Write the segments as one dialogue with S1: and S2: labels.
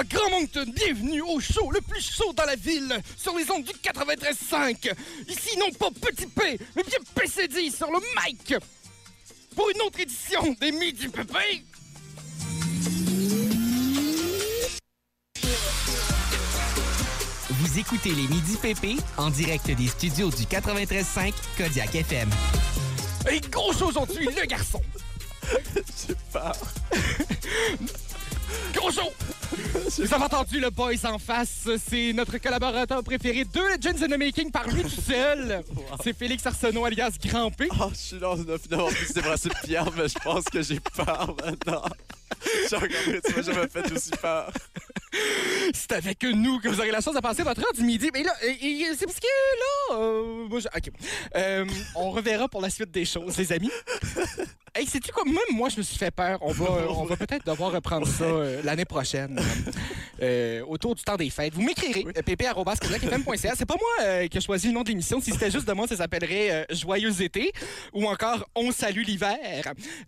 S1: à Grand Moncton, bienvenue au show le plus chaud dans la ville, sur les ondes du 93.5. Ici, non pas Petit P, mais bien PCD sur le mic, pour une autre édition des Midi Pépé.
S2: Vous écoutez les Midi PP en direct des studios du 93.5 Kodiak FM.
S1: Et gros show aujourd'hui, le garçon.
S3: J'ai peur.
S1: Gros show! Vous avez entendu le boys en face, c'est notre collaborateur préféré de Legends in the Making par lui tout seul. C'est Félix Arsenault alias Grand P.
S3: Oh, je suis dans une opinion en plus débrassée de pierre, mais je pense que j'ai peur maintenant. J'ai regardé, tu m'as jamais fait aussi peur.
S1: C'est avec nous que vous aurez la chance de passer votre heure du midi. Mais là, et- et c'est parce que là, euh, moi, je- ok. Euh, on reverra pour la suite des choses, les amis. Hey, sais-tu quoi? Même moi, je me suis fait peur. On va, euh, on va peut-être devoir reprendre ça euh, l'année prochaine, euh, autour du temps des fêtes. Vous m'écrirez, euh, pp.kodiakfm.ca. C'est pas moi euh, qui ai choisi le nom de l'émission. Si c'était juste de moi, ça s'appellerait euh, Joyeux été ou encore On salue l'hiver.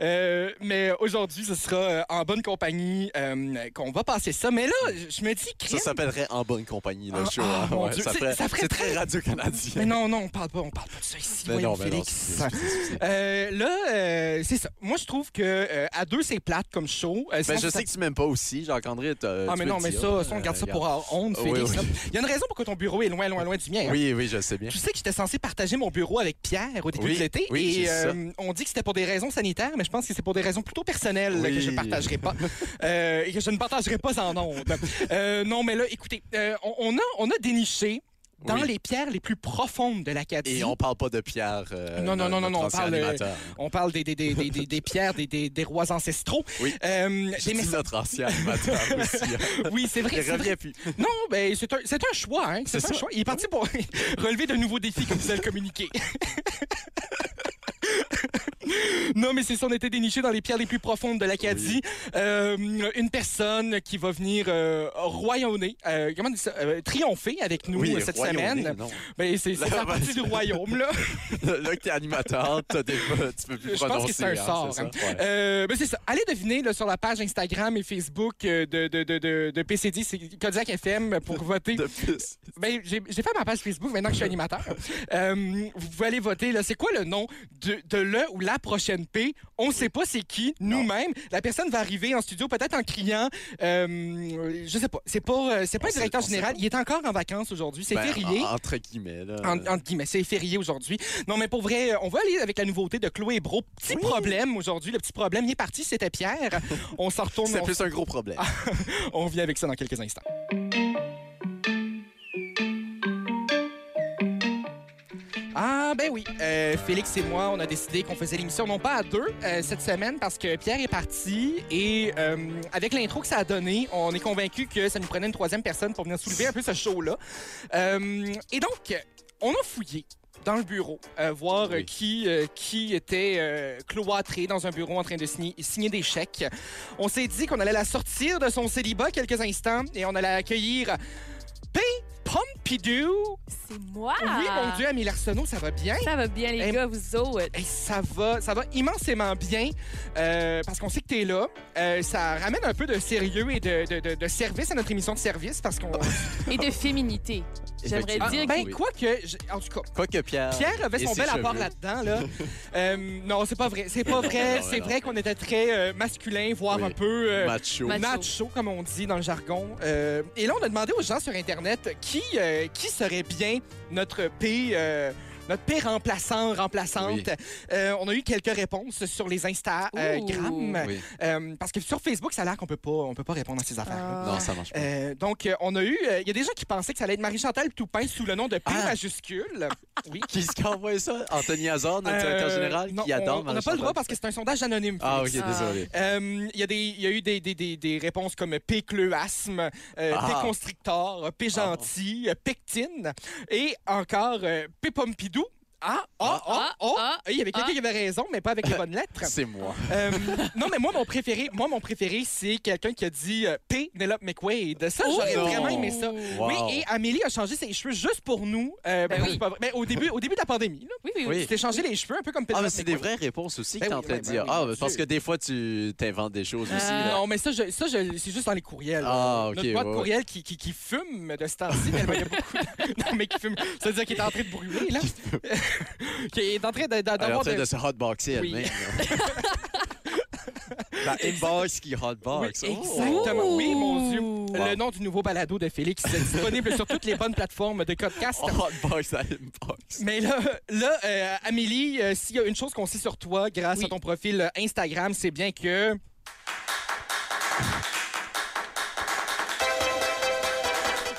S1: Euh, mais aujourd'hui, ce sera euh, en bonne compagnie euh, qu'on va passer ça. Mais là, je- je me dis,
S3: Ça
S1: crime.
S3: s'appellerait En bonne compagnie,
S1: Ah,
S3: le show.
S1: ah,
S3: hein,
S1: mon
S3: ouais,
S1: Dieu,
S3: ça
S1: c'est-
S3: ferait-
S1: ça ferait
S3: c'est
S1: très-
S3: très
S1: Mais
S3: radio-canadien.
S1: non, non, on parle pas, on parle pas de ça ici, voyons, Félix.
S3: excusez, excusez, excusez.
S1: Euh, là, euh, c'est ça. Moi, je trouve que euh, à deux, c'est plate comme show. Euh, sinon,
S3: Ben, je
S1: ça-
S3: sais que tu m'aimes pas aussi, Jacques-André. t'as-
S1: Ah,
S3: tu
S1: mais
S3: me
S1: non,
S3: le
S1: mais
S3: dis,
S1: ça,
S3: hein,
S1: ça, on garde ça
S3: euh,
S1: pour hors honte,
S3: Oui,
S1: Félix.
S3: oui.
S1: là. Il y a une raison pour que ton bureau est loin, loin, loin du mien. hein.
S3: Oui, oui, je sais bien.
S1: Tu sais que j'étais censé partager mon bureau avec Pierre au début
S3: Oui,
S1: de l'été
S3: oui,
S1: et euh,
S3: j'ai ça.
S1: on dit que c'était pour des raisons sanitaires, mais je pense que c'est pour des raisons plutôt personnelles
S3: Oui.
S1: que je ne partagerai pas euh, et que je ne partagerai pas en ondes. Euh, non, mais là, écoutez, euh, on, on a, on a déniché dans
S3: Oui.
S1: les pierres les plus profondes de l'Acadie.
S3: Et on parle pas de Pierre. euh,
S1: Non, non, non, non,
S3: notre
S1: non, on
S3: ancien
S1: parle, euh,
S3: animateur.
S1: On parle des, des, des, des, des- des pierres, des, des, des rois ancestraux.
S3: Oui.
S1: Euh,
S3: J'ai
S1: des
S3: dit
S1: mess-
S3: notre ancien animateur aussi. hein.
S1: oui, c'est vrai.
S3: Il
S1: c'est vrai.
S3: revient plus.
S1: Non, ben, c'est un, c'est un choix. Hein? C'est
S3: C'est
S1: un
S3: ça.
S1: choix. Il est parti pour relever de nouveaux défis, comme vous allez le communiquer. Non, mais c'est ça, on était déniché dans les pierres les plus profondes de l'Acadie. Euh, une personne qui va venir euh, royaumer, euh, comment on dit ça, euh, triompher avec nous euh, cette
S3: Royaume-Uni,
S1: semaine.
S3: non.
S1: Ben, c'est c'est
S3: Là,
S1: faire
S3: ben,
S1: partie du royaume, là.
S3: Là que t'es animateur, t'as des... tu peux plus
S1: Je pense que
S3: prononcer.
S1: c'est un
S3: hein,
S1: sort.
S3: ça,
S1: hein.
S3: ouais.
S1: Euh, ben, c'est ça. Allez deviner là, sur la page Instagram et Facebook euh, de, de, de, de, de PCD, c'est Kodiak FM pour voter.
S3: De plus.
S1: Ben, j'ai j'ai fait ma page Facebook maintenant que je suis animateur. Euh, vous pouvez aller voter. là. C'est quoi le nom de, de le ou la prochaine P? On sait pas c'est qui, nous-mêmes. La personne va arriver en studio peut-être en criant. Euh, je sais pas. C'est pas, euh, c'est pas
S3: On
S1: le directeur
S3: sait- on sait
S1: général.
S3: pas.
S1: Il est encore en vacances aujourd'hui. C'est
S3: Ben,
S1: férié.
S3: en- entre guillemets, là.
S1: En- entre guillemets, c'est férié aujourd'hui. Non, mais pour vrai, on va aller avec la nouveauté de Chloé Bro. Petit problème aujourd'hui. Le petit problème, il est parti, c'était Pierre. On s'en retourne,
S3: c'est
S1: on, Ah.
S3: plus un gros problème.
S1: on revient avec ça dans quelques instants. Ah ben oui, Euh, Félix et moi, on a décidé qu'on faisait l'émission non pas à deux euh, cette semaine parce que Pierre est parti et euh, avec l'intro que ça a donné, on est convaincu que ça nous prenait une troisième personne pour venir soulever un peu ce show-là. Euh, et donc, on a fouillé dans le bureau, euh, voir
S3: Oui.
S1: euh, qui, euh, qui était euh, cloîtré dans un bureau en train de signer, signer des chèques. On s'est dit qu'on allait la sortir de son célibat quelques instants et on allait accueillir P. Pompidou.
S4: C'est moi!
S3: Ah!
S1: Oui, mon Dieu, Amélie Arsenault, ça va bien?
S4: Ça va bien, les
S1: Hey.
S4: gars, vous autres.
S1: Hey, ça va, ça va immensément bien euh, parce qu'on sait que t'es là. Euh, ça ramène un peu de sérieux et de, de- de- de service à notre émission de service parce
S3: Ah,
S1: qu'on.
S4: Et de féminité. J'aimerais
S3: Effectivement.
S4: dire
S1: ben
S3: oui.
S1: quoi que, je- en tout cas,
S3: Quoi que Pierre.
S1: Pierre avait
S3: et
S1: son
S3: ses
S1: bel
S3: cheveux.
S1: apport là-dedans là. Euh, non, c'est pas vrai, c'est pas vrai,
S3: Non,
S1: c'est
S3: non.
S1: vrai qu'on était très euh, masculin, voire
S3: Oui.
S1: un peu. euh,
S3: Macho.
S4: Macho.
S1: Nacho, comme on dit dans le jargon. Euh, et là, on a demandé aux gens sur Internet qui, euh, qui serait bien notre P, euh, notre P remplaçant, remplaçante.
S3: Oui.
S1: Euh, on a eu quelques réponses sur les
S4: Ouh.
S1: Instagram.
S3: Oui.
S1: Euh, parce que sur Facebook, ça a l'air qu'on peut pas, on peut pas répondre à ces affaires.
S4: Ah.
S3: Non, ça marche pas.
S1: donc, euh, on a eu. euh, Il y a des gens qui pensaient que ça allait être Marie-Chantal Toupin sous le nom de P
S3: Ah.
S1: majuscule. Oui.
S3: Qui est-ce qui a envoyé ça Anthony Hazard, notre directeur
S1: Euh,
S3: général,
S1: non,
S3: qui adore.
S1: On on n'a pas le droit parce que c'est un sondage anonyme.
S3: Ah, ok,
S1: Félix.
S4: Ah.
S3: désolé.
S1: Euh, Il y, a des- il y a eu des, des, des, des réponses comme pécleuasme, euh,
S3: Ah.
S1: déconstrictor, pégentil, pectine et encore euh, pépompidou. Ah, ah, ah,
S4: Ah,
S1: ah.
S4: ah,
S1: Il y avait quelqu'un
S4: ah.
S1: qui avait raison, mais pas avec les bonnes lettres.
S3: C'est moi.
S1: Euh, non, mais moi, mon préféré, moi, mon préféré, c'est quelqu'un qui a dit euh, P. Penelope McQuaid. Ça, j'aurais
S3: Oh!
S1: vraiment aimé ça.
S3: Wow.
S1: Oui, et Amélie a changé ses cheveux juste pour nous. Euh, ben,
S4: Ben
S1: non,
S4: oui.
S1: c'est pas vrai. Ben, au, début, au début de la pandémie, là.
S4: Oui, oui,
S3: Oui.
S4: oui.
S1: Tu t'es changé les cheveux, un peu comme
S3: Ah,
S1: Penelope
S3: mais c'est des
S1: McQuaid.
S3: vraies réponses aussi que
S1: Ben
S3: t'es
S1: oui,
S3: en train de
S1: ben
S3: dire.
S1: oui,
S3: Ah,
S1: mon
S3: parce
S1: Dieu.
S3: que des fois, tu t'inventes des choses aussi.
S4: Ah.
S3: là.
S1: Euh, Non, mais ça, je- ça je- c'est juste dans les courriels.
S3: Ah, ok,
S1: Notre boîte
S3: ouais, ouais.
S1: courriel qui, qui, qui fume de ce temps-ci, tellement il y a beaucoup de- Non, mais qui fume. Ça veut dire qu'il est en train de brûler, là. qui est en train de- de-
S3: Elle est en
S1: d'avoir
S3: train
S1: de-
S3: de se hotboxer
S1: Oui.
S3: elle-même. là. La inbox qui hotbox.
S1: Oui,
S3: Oh!
S1: exactement. Oui, mon Dieu.
S3: Wow.
S1: Le nom du nouveau balado de Félix c'est disponible sur toutes les bonnes plateformes de podcast.
S3: On hotbox la inbox.
S1: Mais là, là euh, Amélie, euh, s'il y a une chose qu'on sait sur toi grâce
S4: Oui.
S1: à ton profil euh, Instagram, c'est bien que...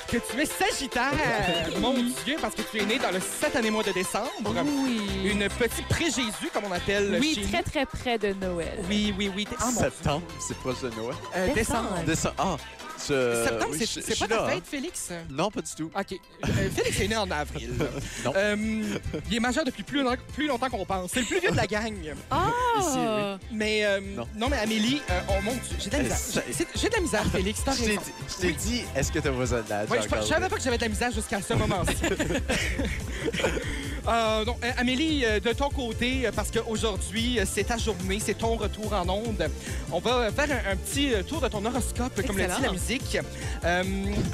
S1: Que tu es Sagittaire, euh, mon Dieu, parce que tu es né dans le 7 année mois de décembre.
S4: Oui.
S1: Une petite pré-Jésus, comme on appelle chez
S4: Oui,
S1: nous.
S4: très, très près de Noël.
S1: Oui, oui, oui. t'es- Ah, mon-
S3: Septembre, c'est proche de Noël.
S1: euh, décembre.
S3: Décembre. Ah, ce-
S1: Septembre,
S3: oui,
S1: c'est-
S3: je- je
S1: c'est
S3: suis
S1: pas ta
S3: là, hein.
S1: fête, Félix?
S3: Non, pas du tout.
S1: OK. Euh, Félix est né en avril.
S3: Non.
S1: Euh, il est majeur depuis plus, long- plus longtemps qu'on pense. C'est le plus vieux de la gang.
S4: Ah!
S1: Mais euh, non.
S3: Non.
S1: mais Amélie, euh, oh mon Dieu, j'ai de la
S3: Elle
S1: misère.
S3: sait.
S1: J'ai- J'ai de la misère, Félix, t'as
S3: Je t'ai
S1: raison.
S3: dit- je t'ai
S1: Oui.
S3: dit, est-ce que t'as besoin d'aide?
S1: Ouais, je, je savais pas que j'avais de la misère jusqu'à ce moment-ci. Euh, donc, euh, Amélie, euh, de ton côté, euh, parce qu'aujourd'hui, euh, c'est ta journée, c'est ton retour en onde, on va euh, faire un, un petit euh, tour de ton horoscope, comme le dit la
S4: Excellent.
S1: musique. Euh,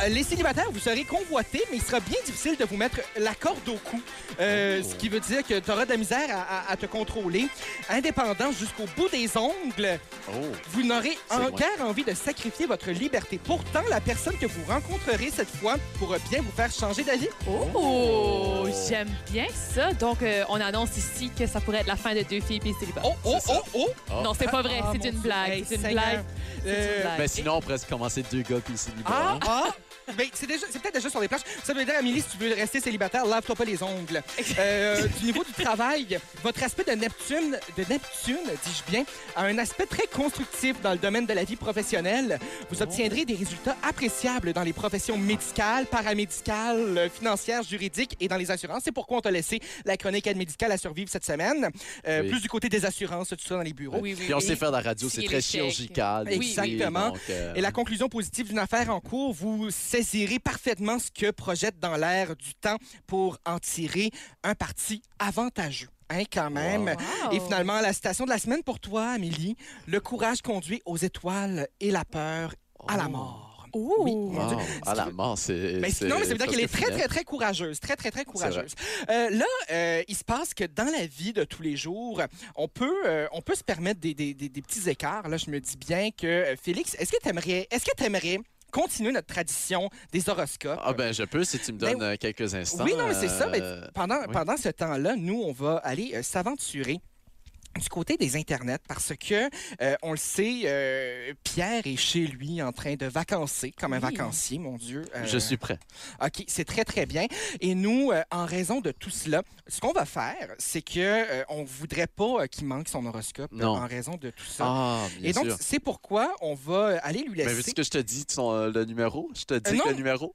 S1: euh, les célibataires, vous serez convoités, mais il sera bien difficile de vous mettre la corde au cou, Euh,
S3: Oh.
S1: ce qui veut dire que tu auras de la misère à, à- à te contrôler. Indépendant jusqu'au bout des ongles,
S3: Oh,
S1: vous n'aurez
S3: C'est
S1: en
S3: moi.
S1: guère envie de sacrifier votre liberté. Pourtant, la personne que vous rencontrerez cette fois pourra bien vous faire changer d'avis.
S4: Ah. Oh! J'aime bien ça. Donc, euh, on annonce ici que ça pourrait être la fin de deux filles et célibataires.
S1: Oh, oh,
S3: C'est
S1: oh,
S3: ça.
S1: oh!
S3: Oh.
S4: Non, c'est pas vrai.
S1: Ah,
S4: c'est
S1: mon
S4: une
S1: Dieu.
S4: blague.
S1: Hey,
S4: C'est une
S1: Seigneur.
S4: blague. C'est
S1: Euh,
S4: une blague.
S3: Ben sinon, on pourrait se commencer deux gars puis c'est libre.
S1: Ah,
S3: hein?
S1: ah! Ben, c'est déjà- c'est peut-être déjà sur les plages. Ça veut dire, Amélie, si tu veux rester célibataire, lave-toi pas les ongles. Euh, du niveau du travail, votre aspect de Neptune, de Neptune, dis-je bien, a un aspect très constructif dans le domaine de la vie professionnelle. Vous obtiendrez des résultats appréciables dans les professions médicales, paramédicales, euh, financières, juridiques et dans les assurances. C'est pourquoi on t'a laissé la chronique aide médicale à survivre cette semaine. Euh,
S3: Oui.
S1: Plus du côté des assurances, tu seras dans les bureaux.
S4: Oui, oui,
S3: Puis on
S4: oui.
S3: sait faire de la radio, c'est
S4: signer
S3: très
S4: les chèques.
S3: chirurgical.
S1: Oui. Exactement.
S3: donc, euh,
S1: Et la conclusion positive d'une affaire en cours, vous saisirez parfaitement ce que projette dans l'air du temps pour en tirer un parti avantageux. Hein, quand même.
S4: Wow.
S1: Et finalement, la citation de la semaine pour toi, Amélie. Le courage conduit aux étoiles et la peur à la mort.
S4: Oh!
S1: Oui, mon Dieu.
S3: wow, à la mort, c'est.
S1: Mais
S3: c'est
S1: sinon, Ben, mais ça veut dire
S3: presque
S1: qu'elle est très,
S3: final.
S1: très, très courageuse. Très, très, très
S3: vrai.
S1: courageuse. Euh, là, euh, il se passe que dans la vie de tous les jours, on peut, euh, on peut se permettre des, des- des- des petits écarts. Là, je me dis bien que, euh, Félix, est-ce que tu aimerais, est-ce que t'aimerais continuer notre tradition des horoscopes?
S3: Ah, ben je peux si tu me
S1: Ben,
S3: donnes euh, quelques instants.
S1: oui, non, mais c'est ça, mais-
S3: euh,
S1: pendant,
S3: oui.
S1: pendant ce temps-là, nous, on va aller euh, s'aventurer du côté des internets parce que euh, on le sait euh, Pierre est chez lui en train de vacancer comme un
S4: Oui.
S1: vacancier mon dieu Euh,
S3: Je suis prêt.
S1: OK, c'est très très bien. Et nous, euh, en raison de tout cela, ce qu'on va faire, c'est que euh, on voudrait pas euh, qu'il manque son horoscope euh,
S3: Non.
S1: en raison de tout ça.
S3: Ah, bien
S1: Et donc,
S3: sûr.
S1: c'est pourquoi on va euh, aller lui
S3: Mais vu
S1: laisser.
S3: ce que je te dis, son, euh, le numéro Je te dis
S1: Euh, non.
S3: le numéro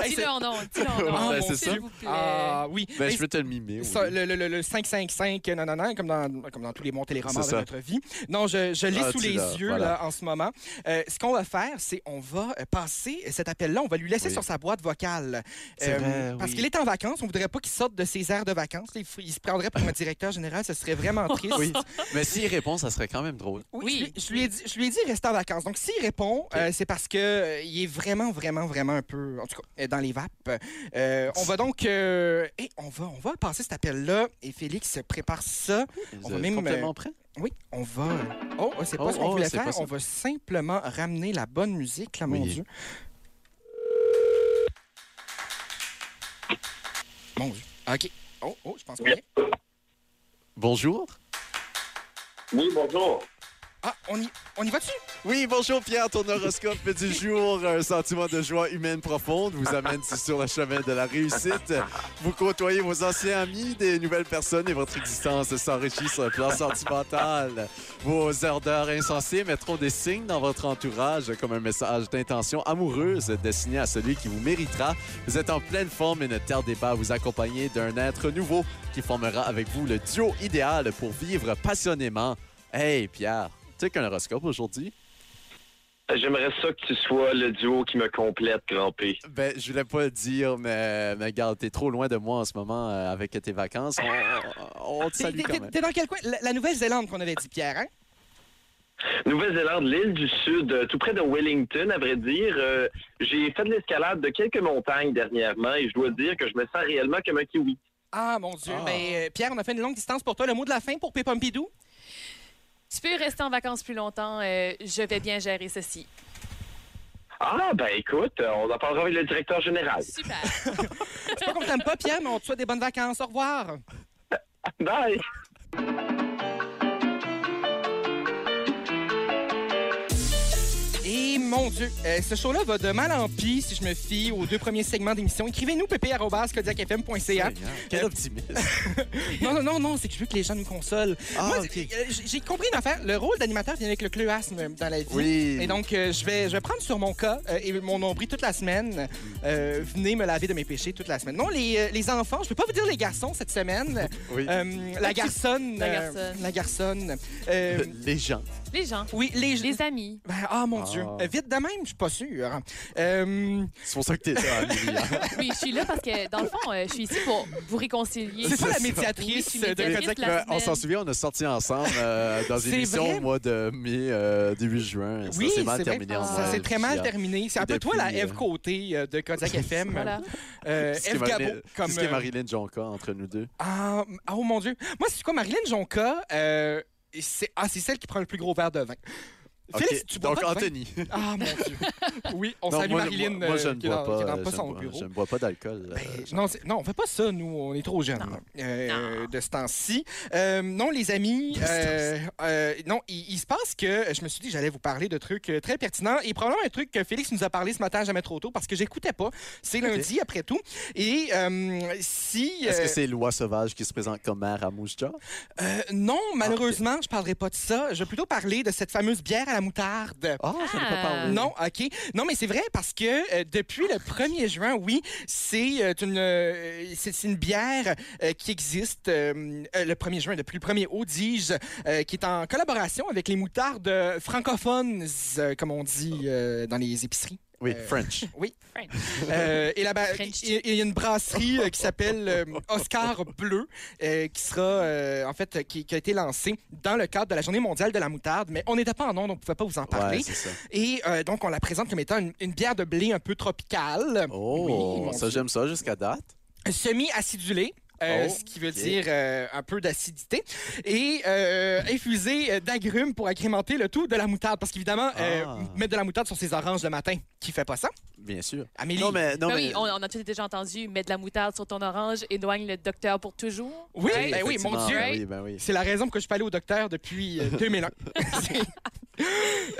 S1: Hey, c'est-
S4: Dis-le en nom, dis-le en
S3: Ah,
S4: nom.
S3: ben, c'est
S4: S'il
S3: ça.
S4: vous plaît.
S1: Ah oui.
S3: Ben,
S1: Hey,
S3: je peux te le mimer. oui.
S1: Ça, le, le- le- le 555, euh, non, non, non, comme dans, comme dans tous les bons téléromans
S3: C'est
S1: de
S3: ça.
S1: notre vie. Non, je, je l'ai
S3: Ah,
S1: sous
S3: tu
S1: les
S3: l'as,
S1: yeux
S3: voilà.
S1: là, en ce moment. Euh, ce qu'on va faire, c'est on va euh, passer cet appel-là, on va lui laisser
S3: Oui.
S1: sur sa boîte vocale. Euh,
S3: C'est vrai,
S1: Parce
S3: oui.
S1: qu'il est en vacances, on voudrait pas qu'il sorte de ses aires de vacances. Il, f- il se prendrait pour un directeur général, ce serait vraiment triste.
S3: Oui. Mais s'il répond, ça serait quand même drôle.
S1: Oui,
S4: Oui.
S1: je lui- Je, lui ai dit, je lui ai dit rester en vacances. Donc, s'il répond, euh, c'est parce que euh, il est vraiment, vraiment, vraiment un peu, en tout cas, euh, dans les vapes. Euh, on va donc, euh, eh, on va, on va passer cet appel-là. Et Félix prépare ça.
S3: Vous
S1: va
S3: êtes
S1: même,
S3: complètement prêt
S1: Oui, on va. Oh, oh, c'est pas
S3: Oh,
S1: ce qu'on
S3: oh,
S1: voulait
S3: c'est pas
S1: faire.
S3: ça.
S1: On va simplement ramener la bonne musique, là, mon
S3: Oui.
S1: Dieu. Mon Dieu. OK. Oh, oh, je pense qu'on est.
S3: Bonjour.
S5: Oui, bonjour.
S1: Ah, on y, on y va-tu?
S3: Oui, bonjour Pierre, ton horoscope du jour, un sentiment de joie humaine profonde vous amène sur le chemin de la réussite. Vous côtoyez vos anciens amis, des nouvelles personnes et votre existence s'enrichit sur le plan sentimental. Vos ardeurs insensées mettront des signes dans votre entourage comme un message d'intention amoureuse destiné à celui qui vous méritera. Vous êtes en pleine forme et ne tardez pas à vous accompagner d'un être nouveau qui formera avec vous le duo idéal pour vivre passionnément. Hey Pierre, tu sais qu'un horoscope aujourd'hui?
S5: J'aimerais ça que tu sois le duo qui me complète, Grand P.
S3: Ben, je voulais pas le dire, mais, mais regarde, t'es trop loin de moi en ce moment euh, avec tes vacances. On, on- on te
S1: T'es
S3: salue quand
S1: t'es-
S3: même.
S1: t'es dans quel coin? La, la Nouvelle-Zélande qu'on avait dit, Pierre, hein?
S5: Nouvelle-Zélande, l'île du Sud, euh, tout près de Wellington, à vrai dire. Euh, J'ai fait de l'escalade de quelques montagnes dernièrement et je dois dire que je me sens réellement comme un kiwi.
S1: Ah, mon Dieu.
S3: Ah.
S1: Ben, euh, Pierre, on a fait une longue distance pour toi. Le mot de la fin pour Pépompidou?
S4: Tu peux rester en vacances plus longtemps. euh, je vais bien gérer ceci.
S5: Ah, ben écoute, euh, on en parlera avec le directeur général.
S4: Super.
S1: C'est pas qu'on t'aime pas, Pierre, mais on te souhaite des bonnes vacances. Au revoir.
S5: Bye!
S1: Et mon Dieu, euh, ce show-là va de mal en pis si je me fie aux deux premiers segments d'émission. Écrivez-nous pp.kodiakfm.ca.
S3: Seigneur,
S1: Euh,
S3: Quel optimisme.
S1: Non, non, non, non, c'est que je veux que les gens nous consolent.
S3: Ah,
S1: Moi,
S3: ok.
S1: euh, j'ai- j'ai compris une affaire. Le rôle d'animateur vient avec le cleuasme dans la vie.
S3: Oui.
S1: Et donc, euh, je vais, je vais prendre sur mon cas euh, et mon nombril toute la semaine. Euh, venez me laver de mes péchés toute la semaine. Non, les, euh, les enfants, je peux pas vous dire les garçons cette semaine.
S3: Oui.
S1: Euh, la garçonne.
S4: La
S1: euh,
S4: garçonne.
S1: la garçonne. Euh,
S3: Les gens.
S4: Les gens,
S1: oui, les...
S4: les amis.
S1: Ben, ah, mon
S3: Ah.
S1: Dieu. Euh, Vite de même, je suis pas sûr. Euh,
S3: C'est pour ça que t'es là, Amélie, hein?
S4: Oui, je suis là parce que, dans le fond, euh, je suis ici pour vous réconcilier.
S1: c'est ça la
S3: ça.
S4: Oui, je
S1: médiatrice
S4: suis
S1: de
S4: médiatrice.
S1: Kodiak.
S4: La
S3: Ben, on
S4: semaine.
S3: s'en souvient, on a sorti ensemble euh, dans une
S1: C'est
S3: émission
S1: vrai.
S3: au mois de mai, euh, début juin.
S1: Oui,
S3: ça s'est mal
S1: c'est vrai.
S3: terminé en
S1: Ça s'est très mal terminé. C'est un peu
S3: Depuis,
S1: toi, la Eve
S3: euh,
S1: Côté euh, de Kodiak FM.
S4: Voilà. Ben
S1: Euh,
S3: C'est
S1: Eve Gabo, comme.
S3: ce qui est
S1: euh,
S3: Marilyn Jonca entre nous deux.
S1: ah, m- oh mon Dieu. Moi, c'est quoi, Marilyn Jonca? euh, c'est ah, c'est celle qui prend le plus gros verre de vin.
S3: Ok,
S1: Félix, tu bois
S3: Donc,
S1: pas de vin?
S3: Anthony.
S1: Ah, mon Dieu. Oui, on
S3: Non,
S1: salue
S3: moi,
S1: Marilyn
S3: moi, moi, je
S1: euh,
S3: ne
S1: qui est dans,
S3: bois
S1: qui est
S3: pas.
S1: dans
S3: euh,
S1: pas
S3: je
S1: son
S3: ne bois-
S1: bureau.
S3: Je ne bois pas d'alcool. euh,
S1: Ben, non, c'est- non, on fait pas ça, nous. On est trop jeunes euh, de ce temps-ci. Euh, non, les amis, euh, euh, non, il, il se passe que euh, je me suis dit que j'allais vous parler de trucs euh, très pertinents et probablement un truc que Félix nous a parlé ce matin jamais trop tôt parce que j'écoutais pas. C'est lundi, après tout. Et euh, si...
S3: Est-ce
S1: euh,
S3: que c'est Loi Sauvage qui se présente comme mère à Mousja?
S1: euh, non,
S3: Ah,
S1: malheureusement, je parlerai pas de ça. Je vais plutôt parler de cette fameuse bière à la moutarde.
S3: Ah, je n'ai pas
S4: Ah.
S3: parlé.
S1: Non, OK. Non, mais c'est vrai parce que euh, depuis le 1er juin, oui, c'est euh, une, euh, c'est c'est une bière euh, qui existe euh, euh, le 1er juin, depuis le 1er août, dis-je, euh, qui est en collaboration avec les moutardes euh, francophones, euh, comme on dit euh, dans les épiceries.
S3: Oui,
S1: Euh,
S3: French.
S1: Euh, et là-bas,
S4: French.
S1: il y- il y a une brasserie euh, qui s'appelle euh, Oscar Bleu, euh, qui sera, euh, en fait, qui, qui a été lancée dans le cadre de la Journée mondiale de la moutarde, mais on n'était pas en ondes, on ne pouvait pas vous en parler.
S3: Ouais, c'est ça.
S1: Et euh, donc, on la présente comme étant une, une bière de blé un peu tropicale. Oui,
S3: Oh,
S1: mon
S3: ça,
S1: Dieu.
S3: j'aime ça jusqu'à date.
S1: Semi-acidulée. euh,
S3: Oh,
S1: ce qui veut
S3: ok.
S1: dire euh, un peu d'acidité. Et euh, infusée euh, d'agrumes pour agrémenter le tout de la moutarde. Parce qu'évidemment, euh,
S3: Ah.
S1: mettre de la moutarde sur ses oranges le matin, qui fait pas ça?
S3: Bien sûr.
S1: Amélie?
S3: Non, mais. Non,
S4: Ben
S3: mais...
S4: oui, on, on a tous déjà entendu mettre de la moutarde sur ton orange, éloigne le docteur pour toujours.
S1: Oui,
S4: Ouais,
S1: ben oui,
S3: effectivement,
S1: mon Dieu.
S3: ben oui, ben oui.
S1: C'est la raison pour que je suis pas allé au docteur depuis euh, 2001. C'est-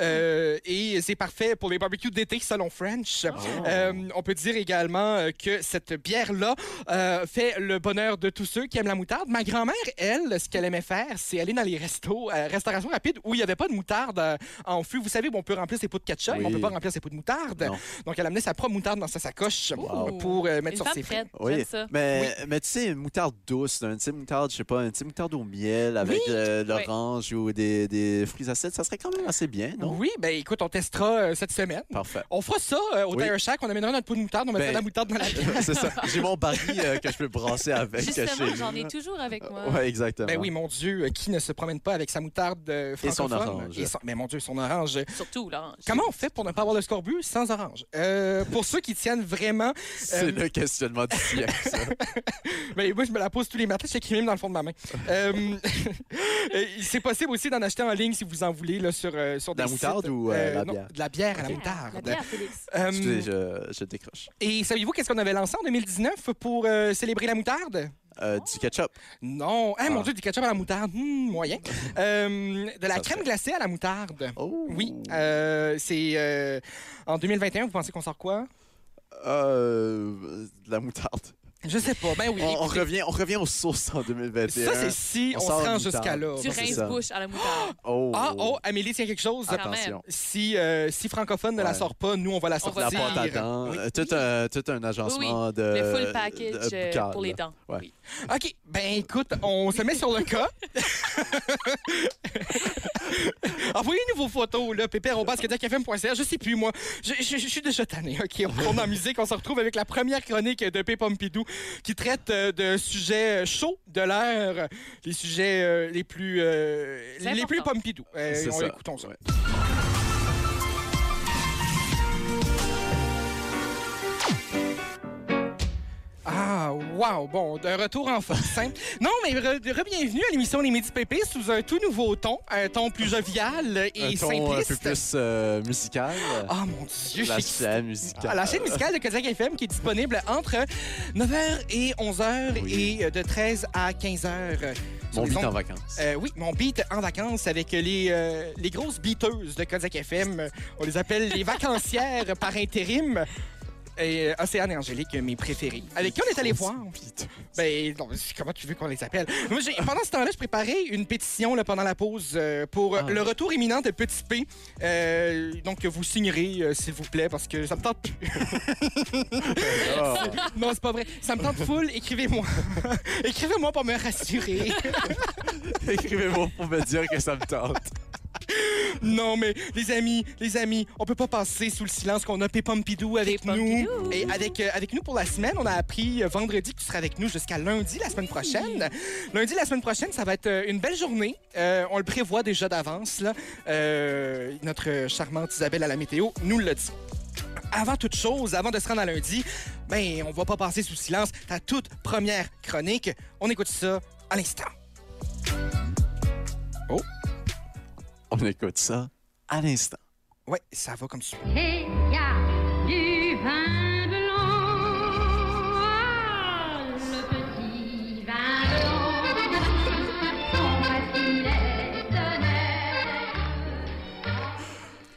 S1: Euh, et c'est parfait pour les barbecues d'été selon French.
S3: Ah.
S1: Euh, on peut dire également euh, que cette bière-là euh, fait le bonheur de tous ceux qui aiment la moutarde. Ma grand-mère, elle, ce qu'elle aimait faire, c'est aller dans les restos, euh, restauration rapide, où il n'y avait pas de moutarde euh, en fût. Vous savez, on peut remplir ses pots de ketchup, mais on
S3: Oui.
S1: peut pas remplir ses pots de moutarde.
S3: Non.
S1: Donc, elle amenait sa propre moutarde dans sa sacoche
S4: Wow.
S1: pour euh, mettre
S4: Une
S1: sur
S4: femme
S1: ses frites.
S4: prête,
S3: Oui, Ben,
S4: j'aime ça.
S3: mais, mais tu sais, une moutarde douce, une petite moutarde, je sais pas, une petite moutarde au miel avec euh, de
S4: Oui.
S3: l'orange ou des, des fruits acides, ça serait quand même assez bien, non?
S1: Oui, ben écoute, on testera euh, cette semaine.
S3: Parfait.
S1: On fera ça euh, au
S3: Oui.
S1: Tire Shack. On amènera notre pot de moutarde, on mettra
S3: Ben-
S1: de la moutarde dans la bière.
S3: c'est ça. J'ai mon baril euh, que je peux brasser avec euh,
S4: Justement,
S3: chez
S4: j'en
S3: nous,
S4: ai
S3: là.
S4: toujours avec moi.
S3: Ouais, exactement.
S1: Ben oui, mon Dieu, euh, qui ne se promène pas avec sa moutarde euh,
S3: Et son
S1: francophone?
S3: orange.
S1: Et son- Mais mon Dieu, son orange.
S4: Surtout l'orange.
S1: Comment on fait pour ne pas avoir le scorbut sans orange? Euh, pour ceux qui tiennent vraiment...
S3: C'est
S1: euh, um,
S3: le questionnement du siècle, ça.
S1: Ben, moi, je me la pose tous les matins, je l'écris même dans le fond de ma main. Euh, euh, C'est possible aussi d'en acheter en ligne si vous en voulez là, sur, euh, sur
S3: De la
S1: des sites.
S3: moutarde ou, euh, la
S1: non,
S3: bière?
S1: De la bière à la
S4: Ah,
S1: moutarde.
S4: La bière, Félix.
S1: Euh,
S3: Excusez, je, je décroche.
S1: et savez-vous qu'est-ce qu'on avait lancé en 2019 pour euh, célébrer la moutarde?
S3: Euh, du ketchup.
S1: Non. Ah, mon
S3: Ah.
S1: Dieu, du ketchup à la moutarde. Hmm, moyen. Euh, de la
S3: Ça
S1: crème
S3: serait-
S1: glacée à la moutarde.
S3: Oh.
S1: Oui. euh, c'est. euh, en 2021, vous pensez qu'on sort quoi?
S3: Euh, de la moutarde.
S1: Je sais pas. Ben oui.
S3: On, on
S1: écoutez,
S3: revient, on revient aux sauces en 2021.
S1: ça, c'est si
S3: On
S1: on,
S3: sort
S1: se
S3: la
S1: rend
S3: moutarde.
S1: jusqu'à là.
S4: Tu
S3: Oh, ben, c'est
S4: rinces
S3: ça.
S4: bouche à la moutarde.
S3: Oh.
S1: Ah, oh, Amélie, tiens quelque chose.
S4: Ah.
S3: Attention.
S1: Si, euh, si francophone ne la
S3: Ouais.
S1: sort pas, nous, on va la
S4: On
S1: sortir.
S4: va
S3: La pâte à dents.
S1: Oui.
S3: Euh, Tout, un, tout un agencement de.
S4: Le full
S3: de
S4: package euh,
S3: buccal,
S4: pour les
S3: là.
S4: dents.
S3: Ouais.
S4: Oui.
S1: OK. Ben, écoute, on se met sur le cas. Envoyez-nous vos photos, là, pépère.ca, je sais plus, moi. Je, je- je suis déjà tanné, OK? On retourne en musique, on se retrouve avec la première chronique de Pépé Pompidou qui traite euh, de sujets chauds de l'heure, les sujets euh, les plus... euh,
S4: C'est
S1: les plus
S4: important.
S1: Pompidou. Euh,
S3: C'est
S1: on
S3: ça.
S1: écoutons ça.
S3: Ouais.
S1: Ah, wow! Bon, de retour en force. hein. Non, mais re- re-bienvenue à l'émission Les Midi Pépé sous un tout nouveau ton, un ton plus jovial
S3: Un
S1: et
S3: ton un peu
S1: simpliste.
S3: plus euh, musical.
S1: Ah, mon Dieu,
S3: la
S1: je suis
S3: chaîne musicale.
S1: à Ah, la chaîne musicale de Kodiak FM qui est disponible entre 9h et 11h
S3: Oui.
S1: et euh, de 13 à euh, 15h.
S3: Mon beat en vacances.
S1: Euh, oui, mon beat en vacances avec les, euh, les grosses beateuses de Kodiak FM. On les appelle les vacancières par intérim. Et euh, Océane et Angélique, mes préférées. Avec qui on est allé voir?
S3: Beat.
S1: Ben, non, mais comment tu veux qu'on les appelle? Moi, j'ai- pendant ce temps-là, je préparais une pétition là, pendant la pause euh, pour euh,
S3: Ah.
S1: le retour imminent de Petit P. Euh, donc, vous signerez, euh, s'il vous plaît, parce que ça me tente plus.
S3: Oh.
S1: Non, c'est pas vrai. Ça me tente full. Écrivez-moi. Écrivez-moi pour me rassurer.
S3: Écrivez-moi pour me dire que ça me tente.
S1: Non, mais les amis, les amis, on peut pas passer sous le silence qu'on a Pépompidou avec
S4: Pépin
S1: nous.
S4: Pidou.
S1: Et avec, euh, avec nous pour la semaine, on a appris euh, vendredi que tu seras avec nous jusqu'à lundi la semaine prochaine. Lundi la semaine prochaine, ça va être euh, une belle journée. Euh, on le prévoit déjà d'avance. là. Euh, notre charmante Isabelle à la météo nous le dit. Avant toute chose, avant de se rendre à lundi, ben, on va pas passer sous silence ta toute première chronique. On écoute ça à l'instant.
S3: On écoute ça à l'instant.
S1: Ouais, ça va comme suit.
S6: Et y a du vin blanc, Ah, le petit vin blanc, son patinet tonnerre.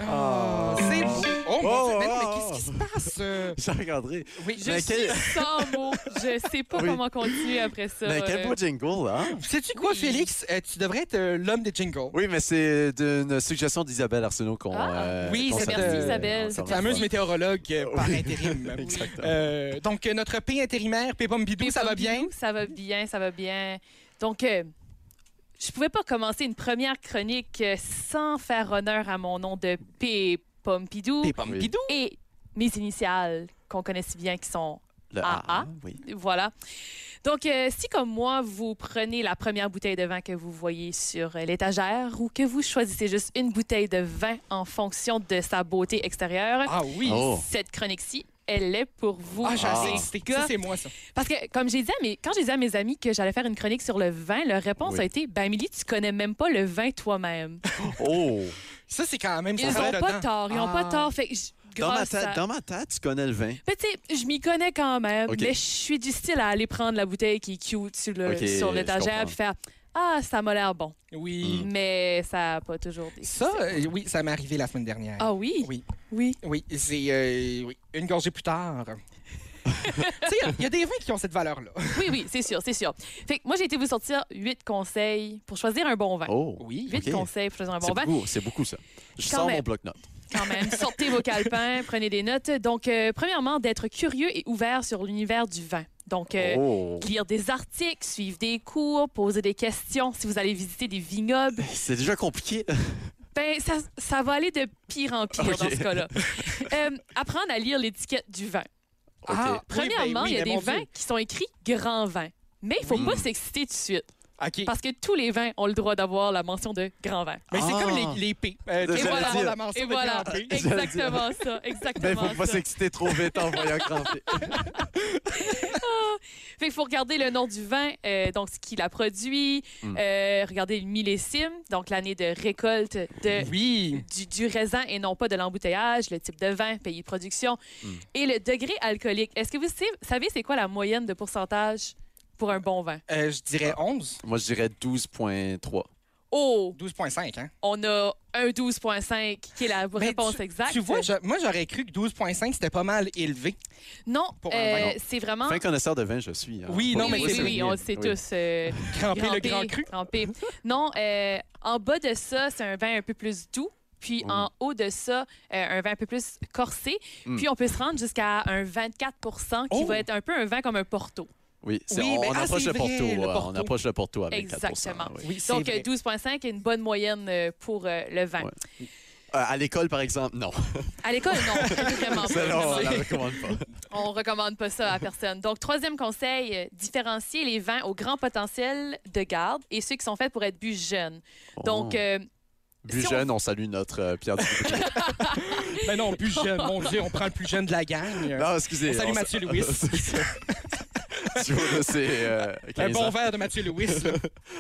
S3: Ah.
S1: C'est beau. Oh, mon
S3: Oh,
S1: Dieu, mais non,
S3: oh,
S1: mais qu'est-ce qui se passe? euh?
S3: Jean-André,
S1: Oui,
S4: Je
S3: Mais
S4: suis
S3: quel-
S4: sans mots. Je sais pas
S3: Oui.
S4: comment continuer après ça.
S3: mais
S4: euh,
S3: quel beau jingle, là. hein?
S1: Sais-tu quoi,
S4: Oui.
S1: Félix? Euh, tu devrais être euh, l'homme des jingles.
S3: Oui, mais c'est d'une suggestion d'Isabelle Arsenault qu'on...
S4: Ah.
S3: euh,
S1: Oui,
S3: qu'on
S1: c'est-
S3: salue,
S1: merci,
S3: euh,
S4: Isabelle.
S3: encore
S4: Cette
S3: une
S1: Fameuse
S3: fois.
S1: météorologue euh, par
S3: Oui.
S1: intérim.
S3: Exactement.
S1: Euh, donc, euh, notre P intérimaire, P Pompidou, ça va bien?
S4: Pompidou, Ça va bien, ça va bien. Donc, euh, je pouvais pas commencer une première chronique euh, sans faire honneur à mon nom de P. Pompidou
S1: P Pompidou?
S4: et mes initiales qu'on connaît si bien qui sont
S3: Le
S4: Ah, ah.
S3: AA, oui.
S4: Voilà. Donc, euh, si comme moi, vous prenez la première bouteille de vin que vous voyez sur euh, l'étagère ou que vous choisissez juste une bouteille de vin en fonction de sa beauté extérieure,
S1: Ah oui!
S3: Oh.
S4: cette chronique-ci, elle est pour vous.
S1: Ah, j'ai assez
S3: Ah.
S1: excité.
S4: Les
S1: Ça,
S4: gars,
S1: c'est moi, ça.
S4: Parce que, comme j'ai dit à mes, quand j'ai dit à mes amis que j'allais faire une chronique sur le vin, leur réponse
S3: Oui.
S4: a été Ben, Amélie, tu connais même pas le vin toi-même.
S3: Oh!
S1: Ça, c'est quand même...
S4: Ils
S1: ça va
S4: ont pas
S1: dedans.
S4: tort, ils ont pas
S1: Ah.
S4: tort. Fait que, je-
S3: Dans ma,
S4: grâce à-
S3: tête, dans ma tête, tu connais le vin.
S4: Mais tu sais, je m'y connais quand même,
S3: OK.
S4: mais je suis du style à aller prendre la bouteille qui est cute sur le-
S3: OK,
S4: sur
S3: je
S4: l'étagère
S3: comprends.
S4: puis faire Ah, ça m'a l'air bon.
S1: Oui.
S3: Mm.
S4: Mais ça a pas toujours des.
S1: Ça, euh, oui, ça m'est arrivé la semaine dernière.
S4: Ah oui?
S1: Oui.
S4: Oui.
S1: Oui, c'est... euh, oui, une gorgée plus tard. tu sais, il y a des vins qui ont cette valeur-là.
S4: Oui, oui, c'est sûr, c'est sûr. Fait que moi, j'ai été vous sortir huit conseils pour choisir un bon vin.
S3: Oh!
S1: Oui.
S4: Huit
S3: OK.
S4: conseils pour choisir un Ah, bon
S3: C'est
S4: vin.
S3: beaucoup, c'est beaucoup, ça. Je
S4: Quand
S3: sors
S4: même.
S3: mon bloc-notes.
S4: quand même. Sortez vos calepins, prenez des notes. Donc, euh, premièrement, d'être curieux et ouvert sur l'univers du vin. Donc, euh,
S3: Oh!
S4: lire des articles, suivre des cours, poser des questions. Si vous allez visiter des vignobles,
S3: C'est déjà compliqué.
S4: ben ça, ça va aller de pire en pire
S3: Ok.
S4: dans ce cas-là. Euh, apprendre à lire l'étiquette du vin.
S1: Ah, oui, ben
S4: Premièrement,
S1: oui,
S4: il y a
S1: mais
S4: des
S1: mon
S4: vins
S1: Dieu.
S4: qui sont écrits grand vin. Mais il faut
S3: Oui.
S4: pas s'exciter tout de suite,
S1: OK.
S4: parce que tous les vins ont le droit d'avoir la mention de grand vin.
S1: Mais c'est
S3: Ah.
S1: comme les, les P. Euh,
S3: Et
S1: tu sais,
S4: voilà.
S1: avoir la mention
S4: Et
S1: de
S4: voilà,
S1: grand P.
S3: J'allais dire.
S4: exactement ça,
S3: Mais
S4: exactement
S3: Ben, faut pas
S4: ça.
S3: s'exciter trop vite en voyant grand P.
S4: Fait qu'il faut regarder le nom du vin, euh, donc ce qu'il a produit,
S3: Mm.
S4: euh, regarder le millésime, donc l'année de récolte de,
S1: Oui.
S4: du, du raisin et non pas de l'embouteillage, le type de vin, pays de production
S3: Mm.
S4: et le degré alcoolique. Est-ce que vous savez, savez c'est quoi la moyenne de pourcentage pour un bon vin?
S1: Euh, je dirais
S3: Ah.
S1: 11.
S3: Moi, je dirais 12,3.
S4: Oh,
S1: 12,5, hein?
S4: on a un 12,5 qui est la
S1: Ben,
S4: réponse
S1: tu-
S4: exacte.
S1: Tu vois, je- moi, j'aurais cru que 12,5, c'était pas mal élevé.
S4: Non,
S1: Pour un
S4: euh,
S1: vin.
S4: c'est vraiment...
S3: Fin connaisseur de vin, je suis. hein.
S1: Oui,
S3: Faut
S1: non,
S3: le
S1: mais
S4: oui,
S1: c'est-
S4: oui, on le sait
S3: Oui.
S4: tous. euh,
S1: Cramper le grand cru.
S4: Cramper. Non, euh, en bas de ça, c'est un vin un peu plus doux. Puis
S3: Oui.
S4: en haut de ça, euh, un vin un peu plus corsé.
S3: Mm.
S4: Puis on peut se rendre jusqu'à un 24 qui
S1: Oh!
S4: va être un peu un vin comme un porto.
S3: Oui, c'est-
S1: Oui,
S3: on,
S1: mais-
S3: on
S1: ah,
S3: approche
S1: c'est
S3: le porto.
S1: vrai, le
S3: euh, On
S1: Porto.
S3: approche le porto avec
S4: Exactement.
S3: 4 oui.
S1: Oui, c'est
S4: Donc euh,
S1: vrai.
S4: 12,5 est une bonne moyenne euh, pour euh, le vin.
S3: Ouais. Euh, à l'école, par exemple, non.
S4: À l'école, non, vraiment pas.
S3: Ça, non, on
S4: vraiment
S3: la
S4: pas.
S3: recommande pas.
S4: On recommande pas ça à personne. Donc, troisième conseil, euh, différencier les vins au grand potentiel de garde et ceux qui sont faits pour être bu jeunes. Donc,
S3: Oh.
S4: euh,
S3: Plus
S4: si on-
S3: jeune, on salue notre euh, Pierre Dupuis.
S1: Mais Ben non, plus jeune. Mon Dieu, on prend le plus jeune de la gang. Euh,
S3: Non, excusez.
S1: On salue Mathieu Louis.
S3: Sur c'est euh,
S1: Un
S3: 15
S1: bon
S3: ans.
S1: verre de Mathieu Lewis. là.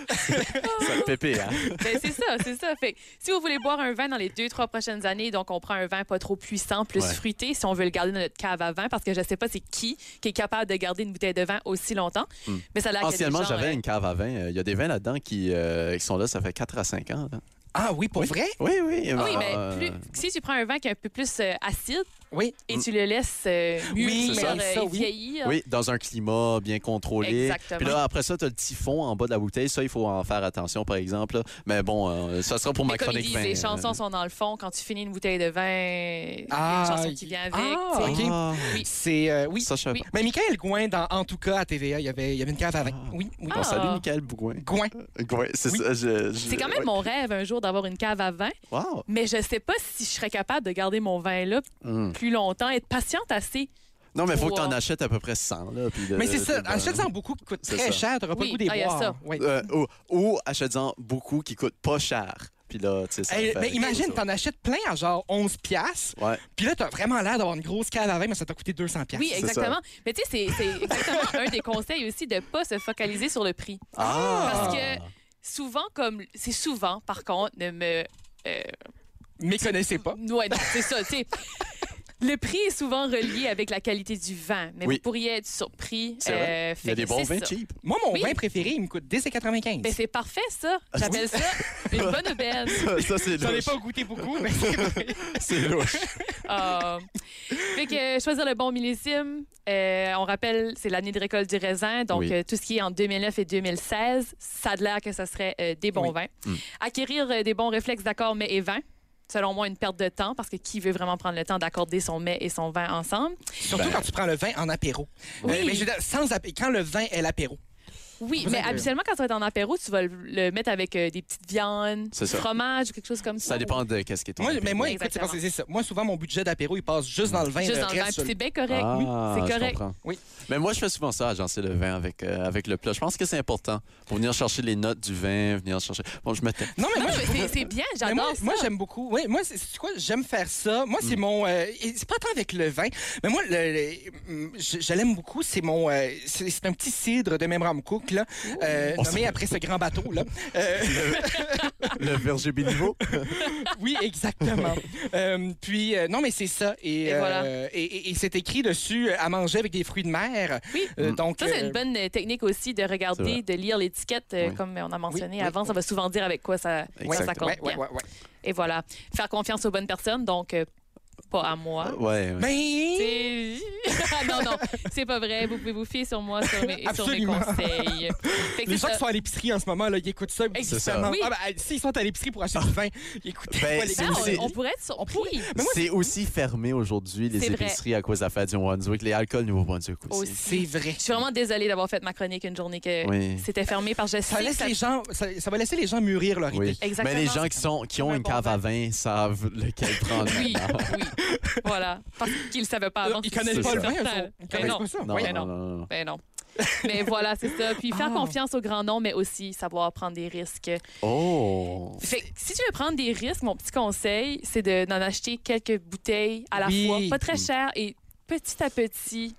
S3: Ça te pépé, hein?
S4: Ben, c'est ça, c'est ça. Fait que si vous voulez boire un vin dans les deux, trois prochaines années, donc on prend un vin pas trop puissant, plus
S3: Ouais.
S4: fruité, si on veut le garder dans notre cave à vin, parce que je sais pas c'est qui qui est capable de garder une bouteille de vin aussi longtemps.
S3: Hmm.
S4: Mais ça l'a
S3: Anciennement, j'avais une cave à vin. Euh, Il y a des vins là-dedans qui, euh, qui sont là, ça fait 4 à 5 ans. là.
S1: Ah oui, pour vrai?
S3: Oui, oui. euh,
S4: Ah Oui, mais
S3: euh,
S4: plus- si tu prends un vin qui est un peu plus euh, acide
S1: Oui.
S4: et tu le laisses euh,
S1: Oui,
S4: mûrir
S1: c'est ça.
S4: euh,
S1: Ça,
S4: et
S1: oui.
S4: vieillir,
S3: Oui, dans un climat bien contrôlé.
S4: Exactement.
S3: Puis là, après ça, tu as le typhon en bas de la bouteille. Ça, il faut en faire attention, par exemple. là. Mais bon, euh, ça sera pour
S4: Mais
S3: ma
S4: comme
S3: chronique
S4: ils disent,
S3: vin.
S4: les
S3: euh.
S4: chansons sont dans le fond. Quand tu finis une bouteille de vin,
S1: Ah,
S4: il y a une chanson qui
S1: il-
S4: vient avec.
S1: Ah,
S4: tu sais.
S1: ok.
S3: Ah,
S1: C'est. euh, oui.
S3: Ça, je savais
S4: Oui.
S3: pas.
S1: Mais Michael Gouin, dans En tout cas à TVA, il y avait, il y avait une cave à vin.
S3: Ah.
S1: Oui, oui.
S4: Ah.
S3: On salue Michael Bouguin.
S1: Gouin.
S3: Gouin, c'est
S1: Oui.
S3: ça. je- je-
S4: C'est quand même
S3: ouais.
S4: mon rêve un jour d'avoir une cave à vin,
S3: Wow.
S4: mais je sais pas si je serais capable de garder mon vin là
S3: Hmm.
S4: plus longtemps, être patiente assez.
S3: Non, mais il faut que tu en
S4: Wow.
S3: achètes à peu près 100. Là, puis de-
S1: Mais c'est ça.
S3: de-
S1: Achète-en beaucoup qui coûte
S3: Euh, C'est
S1: très
S3: ça.
S1: cher. T'auras pas
S4: Oui,
S1: le goût des
S4: ah, il y a
S1: boires.
S4: ça.
S1: Oui.
S3: Euh, ou ou achète-en beaucoup qui coûtent pas cher. Puis là, tu sais, ça
S1: Hey,
S3: fait-
S1: mais imagine, t'en achètes plein à genre 11 piastres,
S3: Ouais.
S1: puis là, t'as vraiment l'air d'avoir une grosse cave à vin, mais ça t'a coûté 200 piastres.
S4: Oui, exactement. Mais tu sais, c'est- c'est exactement un des conseils aussi de pas se focaliser sur le prix.
S3: Ah!
S4: Parce que souvent, comme c'est souvent, par contre, ne me euh,
S1: Mais connaissez pas.
S4: Ouais, non, c'est ça, tu sais. Le prix est souvent relié avec la qualité du vin, mais
S3: Oui.
S4: vous pourriez être surpris.
S3: C'est vrai.
S4: euh,
S3: Il y
S4: fait
S3: a des
S4: que
S3: bons
S4: c'est
S3: vins
S4: ça.
S3: cheap.
S1: Moi, mon
S4: Oui.
S1: vin préféré, il me coûte 10,95.
S4: Ben, c'est parfait, ça.
S3: Ah,
S4: J'appelle ça une bonne aubaine.
S3: Ça, ça, c'est
S1: J'en ai
S3: louche.
S1: pas goûté beaucoup, mais c'est vrai.
S3: C'est louche.
S4: Ah. Fait que euh, choisir le bon millésime, euh, on rappelle, c'est l'année de récolte du raisin. Donc,
S3: Oui.
S4: euh, tout ce qui est en 2009 et 2016, ça a de l'air que ça serait euh, des bons
S1: Oui.
S4: vins.
S3: Mm.
S4: Acquérir euh, des bons réflexes d'accord, mais et vin. Selon moi, une perte de temps parce que qui veut vraiment prendre le temps d'accorder son mets et son vin ensemble?
S1: Surtout
S3: Ben.
S1: quand tu prends le vin en apéro. Ben, Mais, mais je veux dire, sans apé- quand le vin est l'apéro.
S4: Oui,
S1: Vous
S4: mais
S1: êtes-
S4: habituellement, quand tu vas être en apéro, tu vas le, le mettre avec euh, des petites viandes,
S3: C'est
S4: du
S3: ça.
S4: fromage ou quelque chose comme ça.
S3: Ça dépend de qu'est-ce qui est ton
S1: Moi, mais moi,
S4: Exactement.
S1: écoute, c'est parce que c'est ça. Moi, souvent, mon budget d'apéro, il passe juste dans le vin.
S4: Juste
S1: le
S4: dans le vin, puis
S1: reste, je-
S4: c'est bien correct. oui, c'est correct.
S1: Oui.
S3: Ah, Mais moi, je fais souvent ça, agencer le vin avec, euh, avec le plat. Je pense que c'est important pour venir chercher les notes du vin, venir chercher. Bon, je m'étais.
S1: Non, mais
S4: Non,
S1: moi,
S4: mais
S1: je-
S4: c'est- c'est bien,
S1: Mais
S4: j'adore
S1: moi,
S4: ça.
S1: moi, j'aime beaucoup. Oui, moi, c'est c'est quoi? J'aime faire ça. Moi, c'est mon. euh, et c'est pas tant avec le vin, mais moi, le, le- mm, je, je l'aime beaucoup. C'est mon. euh, c'est c'est un petit cidre de Memram Cook, là, euh,
S3: Oh,
S1: nommé
S3: c'est-
S1: après ce grand bateau, là. Euh,
S3: Le verger béniveau.
S1: oui, exactement. Euh, puis, euh, non, mais c'est ça. Et,
S4: Et
S1: euh,
S4: voilà.
S1: et, et- et c'est écrit dessus euh, à manger avec des fruits de mer.
S4: Oui.
S1: Euh,
S3: Mm.
S1: donc,
S4: Ça, c'est
S1: euh,
S4: une bonne euh, technique aussi de regarder,
S3: C'est
S4: de lire l'étiquette, euh,
S3: Oui.
S4: comme on a mentionné
S1: oui,
S4: avant.
S1: oui.
S4: Ça va souvent dire avec quoi ça,
S3: Exact.
S4: ça s'accorde
S1: ouais, ouais,
S4: bien.
S1: ouais, ouais.
S4: Et voilà. Faire confiance aux bonnes personnes, donc euh, pas à moi.
S1: Oh.
S3: Ouais, ouais.
S1: Ben,
S4: C'est- Ah non, non, c'est pas vrai. Vous pouvez vous fier sur moi sur mes, et sur mes
S1: Absolument.
S4: conseils. Fait que
S1: les
S4: c'est
S1: gens qui
S4: ça.
S1: sont à l'épicerie en ce moment, là, ils écoutent ça. puis
S3: C'est
S1: ils se
S3: ça.
S1: demandent,
S4: Oui.
S1: Ah, ben, s'ils sont à l'épicerie pour acheter du vin, ils écoutent
S3: Ben,
S1: pas les
S3: c'est
S4: Ah,
S1: gars.
S3: aussi-
S4: on, on pourrait être surpris.
S3: C'est aussi fermé aujourd'hui, les
S4: C'est vrai.
S3: épiceries, à cause de la fête du Brunswick, les alcools Nouveau-Brunswick aussi.
S4: Aussi.
S1: C'est vrai.
S4: Je suis vraiment désolée d'avoir fait ma chronique une journée que
S3: Oui.
S4: c'était fermé parce que je sais
S1: Ça,
S4: que
S1: laisse
S4: ça-
S1: les gens, ça, ça va laisser les gens mûrir leur idée.
S3: Oui.
S4: Exactement.
S3: Mais les gens qui, sont, qui ont
S4: Un
S3: une
S4: bon
S3: cave à
S4: vin.
S3: vin savent lequel prendre.
S4: Oui,
S3: maintenant.
S4: oui. Voilà. Parce qu'ils ne savaient pas avant.
S1: Ils
S4: Ah, c'est
S1: connaissent
S3: pas
S4: sûr,
S3: le
S1: vin,
S4: certain.
S1: eux autres. Ils
S4: Ben
S1: connaissent
S4: non.
S1: pas ça.
S3: Non,
S1: Oui,
S3: non, non, non, non.
S4: Ben non. Mais voilà, c'est ça. Puis faire
S1: Ah.
S4: confiance au grand nom, mais aussi savoir prendre des risques.
S3: Oh!
S4: Fait que si tu veux prendre des risques, mon petit conseil, c'est de- d'en acheter quelques bouteilles à la
S1: Oui.
S4: fois, pas très cher et petit à petit,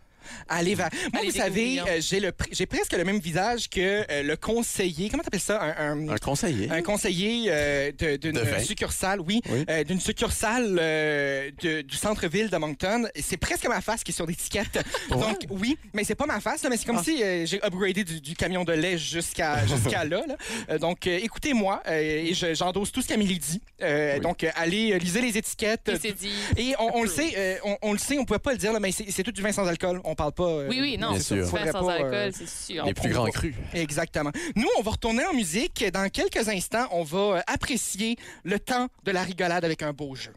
S1: à aller vers. Moi,
S4: Allez,
S1: vous savez,
S4: découvrir.
S1: euh, j'ai le pri- j'ai presque le même visage que euh, le conseiller. Comment t'appelles ça? Un, un-
S3: Un conseiller.
S1: un conseiller euh, de- d'une
S3: De vin.
S1: succursale, oui,
S3: Oui.
S1: euh, d'une succursale euh, de- du centre-ville de Moncton. Et C'est presque ma face qui est sur l'étiquette. Donc, oui, mais c'est pas ma face, là, mais
S3: Ah.
S1: c'est comme si euh, j'ai upgradé du, du camion de lait jusqu'à jusqu'à là. là. Euh, donc, euh, écoutez-moi, euh, et je- j'endosse tout ce qu'Amélie dit. Euh,
S3: Oui.
S1: Donc, euh, allez, euh, lisez les étiquettes.
S4: Il s'est dit.
S1: Et on, on le sait, euh, on, on le sait, on pouvait pas le dire, là, mais c'est c'est tout du vin sans alcool. On parle pas. euh,
S4: Oui, oui, non.
S3: Bien
S4: c'est
S3: sûr.
S4: sûr.
S1: Faudrait
S4: sans
S1: pas, euh,
S4: alcool, c'est sûr.
S3: Les plus grands crus.
S1: Exactement. Nous, on va retourner en musique. Dans quelques instants, on va euh, apprécier le temps de la rigolade avec un beau jeu.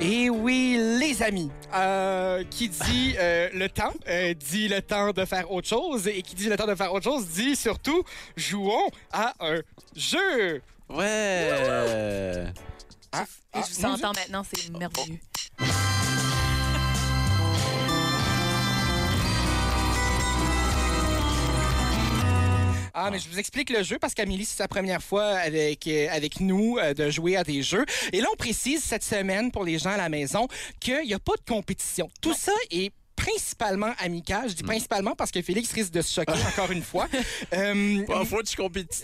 S1: Et Eh oui, les amis, euh, qui dit euh, le temps, euh, dit le temps de faire autre chose, et qui dit le temps de faire autre chose, dit surtout jouons à un jeu.
S3: Ouais.
S1: Ah,
S4: Et
S1: ah, Oh,
S4: je vous entends maintenant, c'est merveilleux.
S1: Ah, mais je vous explique le jeu parce qu'Amélie, c'est sa première fois avec, euh, avec nous euh, de jouer à des jeux. Et là, on précise cette semaine pour les gens à la maison qu'il n'y a pas de compétition. Tout ça est principalement amical. Je dis principalement parce que Félix risque de se choquer encore une fois. Euh,
S3: Parfois, tu compétis.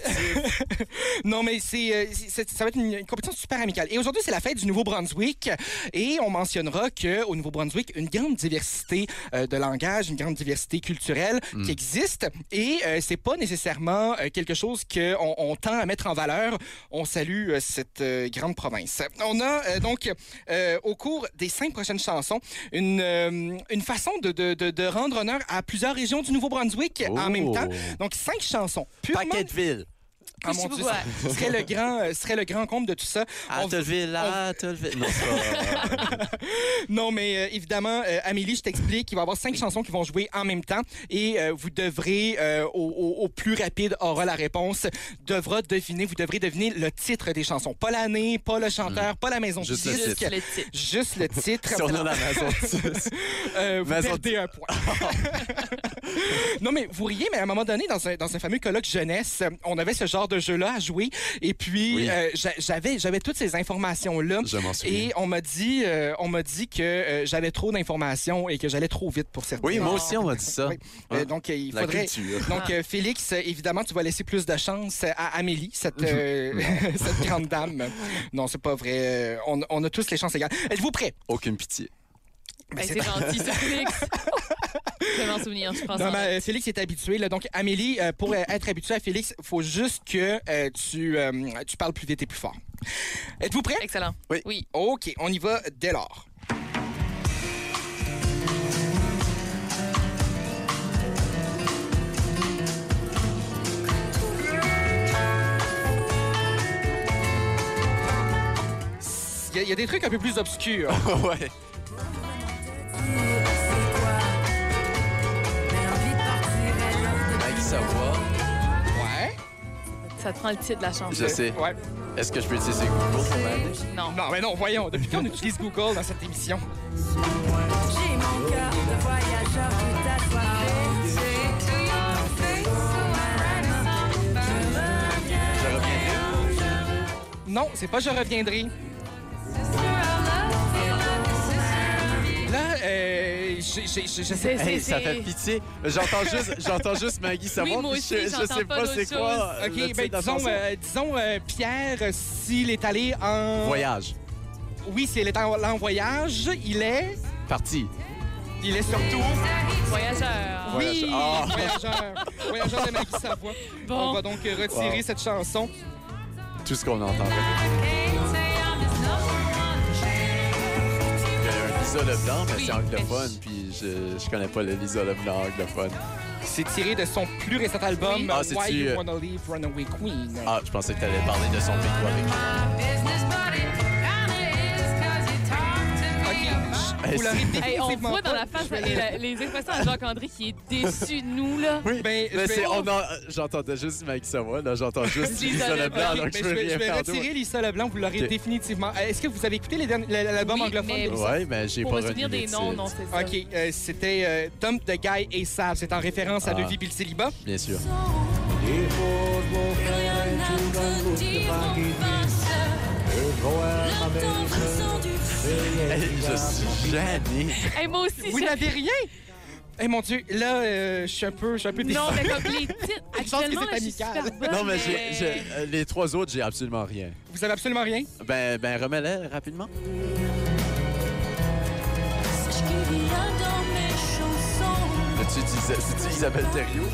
S1: non, mais c'est, euh, c'est- c'est- ça va être une, une compétition super amicale. Et aujourd'hui, c'est la fête du Nouveau-Brunswick. Et on mentionnera qu'au Nouveau-Brunswick, une grande diversité euh, de langage, une grande diversité culturelle qui existe. Et euh, c'est pas nécessairement euh, quelque chose qu'on on tend à mettre en valeur. On salue euh, cette euh, grande province. On a euh, donc, euh, au cours des cinq prochaines chansons, une, euh, une façon de, de- de- de rendre honneur à plusieurs régions du Nouveau-Brunswick en
S3: Oh.
S1: même temps. Donc, cinq chansons. Purement...
S3: Paquetteville.
S1: Ah mon Dieu, ce serait le grand, euh, serait le grand compte de tout ça.
S3: Ah,
S1: On-
S3: Attelville, Attelville. Non, c'est pas-
S1: Non, mais euh, évidemment, euh, Amélie, je t'explique, il va y avoir cinq chansons qui vont jouer en même temps et euh, vous devrez, euh, au, au- au plus rapide aura la réponse, devra deviner, vous devrez deviner le titre des chansons. Pas l'année, pas le chanteur, pas la maison
S3: Hmm. Juste
S1: du
S3: le
S1: disque.
S4: Juste le titre.
S1: Juste le titre.
S3: Si on en a la maison de six.
S1: Euh, vous
S3: Maison-
S1: perdez un point. non, mais vous riez, mais à un moment donné, dans un, dans un fameux colloque jeunesse, euh, on avait ce genre de jeu-là à jouer. Et puis,
S3: Oui.
S1: euh, j'a- j'avais, j'avais toutes ces informations-là.
S3: Je m'en souviens.
S1: Et on m'a dit, euh, on m'a dit que euh, j'avais trop d'informations et que j'allais trop vite pour certains.
S3: Oui, moi aussi, on m'a dit ça.
S1: Oui. Euh,
S3: Ah,
S1: donc, euh, il
S3: La
S1: faudrait...
S3: culture.
S1: Donc, euh, Félix, euh, évidemment, tu vas laisser plus de chance à Amélie, cette, euh, cette grande dame. Non, c'est pas vrai. Euh, On, on a tous les chances égales. Êtes-vous prêts?
S3: Aucune pitié.
S1: Ben,
S4: Hey,
S1: c'est
S4: c'est gentil, ça, Félix. je vais m'en souvenir, je pense.
S1: Non,
S4: en-
S1: mais, euh, Félix est habitué. Là. Donc, Amélie, euh, pour euh, être habitué à Félix, il faut juste que euh, tu, euh, tu parles plus vite et plus fort. Êtes-vous prêts?
S4: Excellent.
S3: Oui.
S4: Oui.
S1: OK, on y va dès lors. Il y a- il y, a des trucs un peu plus obscurs.
S3: ouais. Mike Savoie.
S1: Ouais. Euh,
S4: Ça te prend le titre de la chanson.
S3: Je sais.
S1: Ouais.
S3: Est-ce que je peux utiliser Google pour m'aider?
S4: Non.
S1: Non, mais non, voyons. Depuis quand on utilise Google dans cette émission?
S7: J'ai mon cœur de voyageur tout
S3: Je reviens.
S1: Non, c'est pas je reviendrai. Là, euh, j'ai- j'ai- j'ai- je sais
S4: C'est-
S1: pas.
S4: c'est-
S3: Hey, ça fait
S4: c'est-
S3: pitié. J'entends juste, j'entends juste Maggie Savoie,
S4: Oui, moi
S3: puis
S4: aussi,
S3: je, je
S4: j'entends
S3: sais
S4: pas
S3: pas
S4: d'autre
S3: c'est quoi. euh, le
S1: OK,
S3: titre
S1: ben
S3: de la
S1: disons,
S3: chanson.
S1: euh, disons euh, Pierre, euh, s'il est allé en...
S3: Voyage.
S1: Oui, s'il est en, en voyage, il est...
S3: Parti.
S1: Il est surtout...
S4: Voyageur.
S1: Oui,
S3: Voyageur. Ah.
S1: voyageur. voyageur de Maggie Savoie.
S4: Bon.
S1: On va donc retirer
S3: Wow.
S1: cette chanson.
S3: Tout ce qu'on entend. Il y a un Lisa Leblanc, mais
S4: Oui,
S3: c'est anglophone, puis je, je connais pas le Lisa Leblanc anglophone.
S1: C'est tiré de son plus récent album,
S3: Ah, c'est-tu,
S1: Why You
S3: euh,
S1: Wanna Leave Runaway Queen.
S3: Ah, je pensais que t'allais parler de son pic avec.
S1: OK, vous
S3: Hey,
S1: l'aurez
S4: Hey, on
S1: définitivement
S4: voit dans
S1: pas.
S4: la face et la- les expressions de Jacques-André qui est déçu de nous, là.
S3: Oui,
S1: Ben, je
S3: mais
S1: vais-
S3: c'est, on en- j'entendais juste Maggie Savoie, là, j'entends juste Lisa Leblanc,
S1: Ok,
S3: donc
S1: ben,
S3: je veux
S1: je
S3: rien
S1: vais
S3: faire
S1: retirer Lisa Leblanc, vous l'aurez
S3: Ok.
S1: définitivement. Euh, Est-ce que vous avez écouté les derni- l- l'album
S4: Oui,
S1: anglophone?
S4: mais-
S1: de Lisa?
S3: Ouais, mais j'ai
S4: Pour
S3: pas
S4: me souvenir
S3: retenu
S4: des
S3: le
S4: noms,
S3: titre,
S4: non, c'est ça.
S1: OK, euh, c'était euh, Dump the Guy et Sav. C'est en référence à
S3: Ah.
S1: Devi Bill Célibat.
S3: Bien sûr.
S7: à
S3: je suis gêné.
S4: Hey, moi aussi,
S1: Vous
S4: je-
S1: n'avez rien? Eh mon Dieu, là, euh, je suis un peu, je suis un peu déçu.
S4: Non, mais comme les titres.
S1: que c'est
S4: Actuellement, là, je suis
S1: amical.
S4: super bonne,
S3: Non, mais j'ai- j'ai- euh, les trois autres, j'ai absolument rien.
S1: Vous avez absolument rien?
S3: Ben, ben remets-les rapidement.
S7: Sache qu'il y a dans mes chansons.
S3: Tu disais, c'est-tu Isabelle Thériault?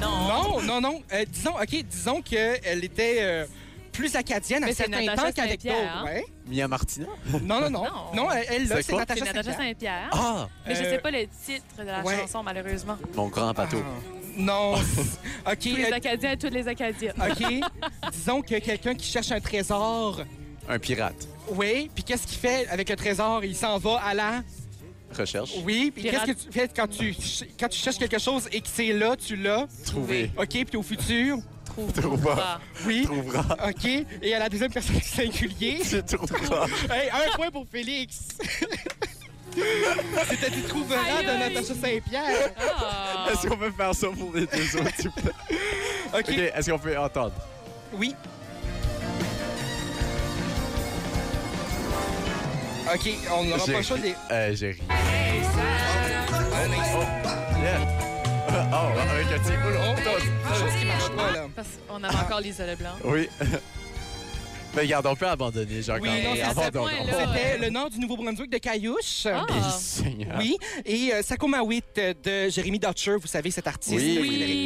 S1: Non, non, non. Euh, disons, OK, disons qu'elle était euh, plus acadienne à
S4: Mais c'est
S1: certains
S4: Natacha
S1: temps qu'avec
S4: Saint-Pierre,
S1: d'autres.
S4: hein?
S1: Ouais.
S3: Mia Martina?
S1: Non, non, non.
S4: Non.
S1: Non, elle, elle, là,
S3: C'est
S1: c'est
S3: quoi?
S4: C'est
S1: Natacha
S4: Natacha
S1: Saint-Pierre.
S4: Saint-Pierre.
S3: Ah!
S4: Mais je
S1: Euh,
S4: sais pas le titre de la
S1: ouais.
S4: chanson, malheureusement.
S3: Mon grand bateau.
S1: Non. OK.
S4: Tous les
S1: euh,
S4: Acadiens et toutes les Acadiennes.
S1: OK. Disons que quelqu'un qui cherche un trésor,
S3: Un pirate.
S1: oui, puis qu'est-ce qu'il fait avec le trésor? Il s'en va à la...
S3: Recherche.
S1: Oui, puis qu'est-ce
S4: Pirate.
S1: que tu fais quand tu, ch- quand tu cherches quelque chose et que c'est là, tu l'as?
S3: Trouver.
S1: OK, puis au futur?
S4: Trouve Ah.
S3: Trouva.
S1: Oui.
S3: Trouvera.
S1: OK. Et à la deuxième personne du singulier?
S3: Tu trouveras.
S1: Hey, un point pour Félix. C'était du trouvera
S4: Aïe,
S1: de
S4: aïe.
S1: Natacha Saint-Pierre.
S4: Ah.
S3: Est-ce qu'on peut faire ça pour les deux autres, s'il vous plaît?
S1: OK.
S3: OK, est-ce qu'on peut entendre?
S1: Oui. OK, on n'aura pas le choix
S3: ri.
S1: des...
S3: Euh, j'ai ri. Oh, yeah. Oh, avec un petit
S1: Oh,
S3: boulot.
S1: quelque chose qui marche pas, là.
S4: Parce qu'on avait encore l'isolet blanc.
S3: Oui. Mais regarde, on peut abandonner, Jacques.
S1: Oui, non, c'est à ce
S4: point-là. Ah, ouais.
S1: C'était le nord du Nouveau-Brunswick de Caillouche.
S4: Ah.
S1: Oui, et euh, Sakomawit euh, de Jeremy Dutcher, vous savez, cet artiste
S3: Oui.
S1: de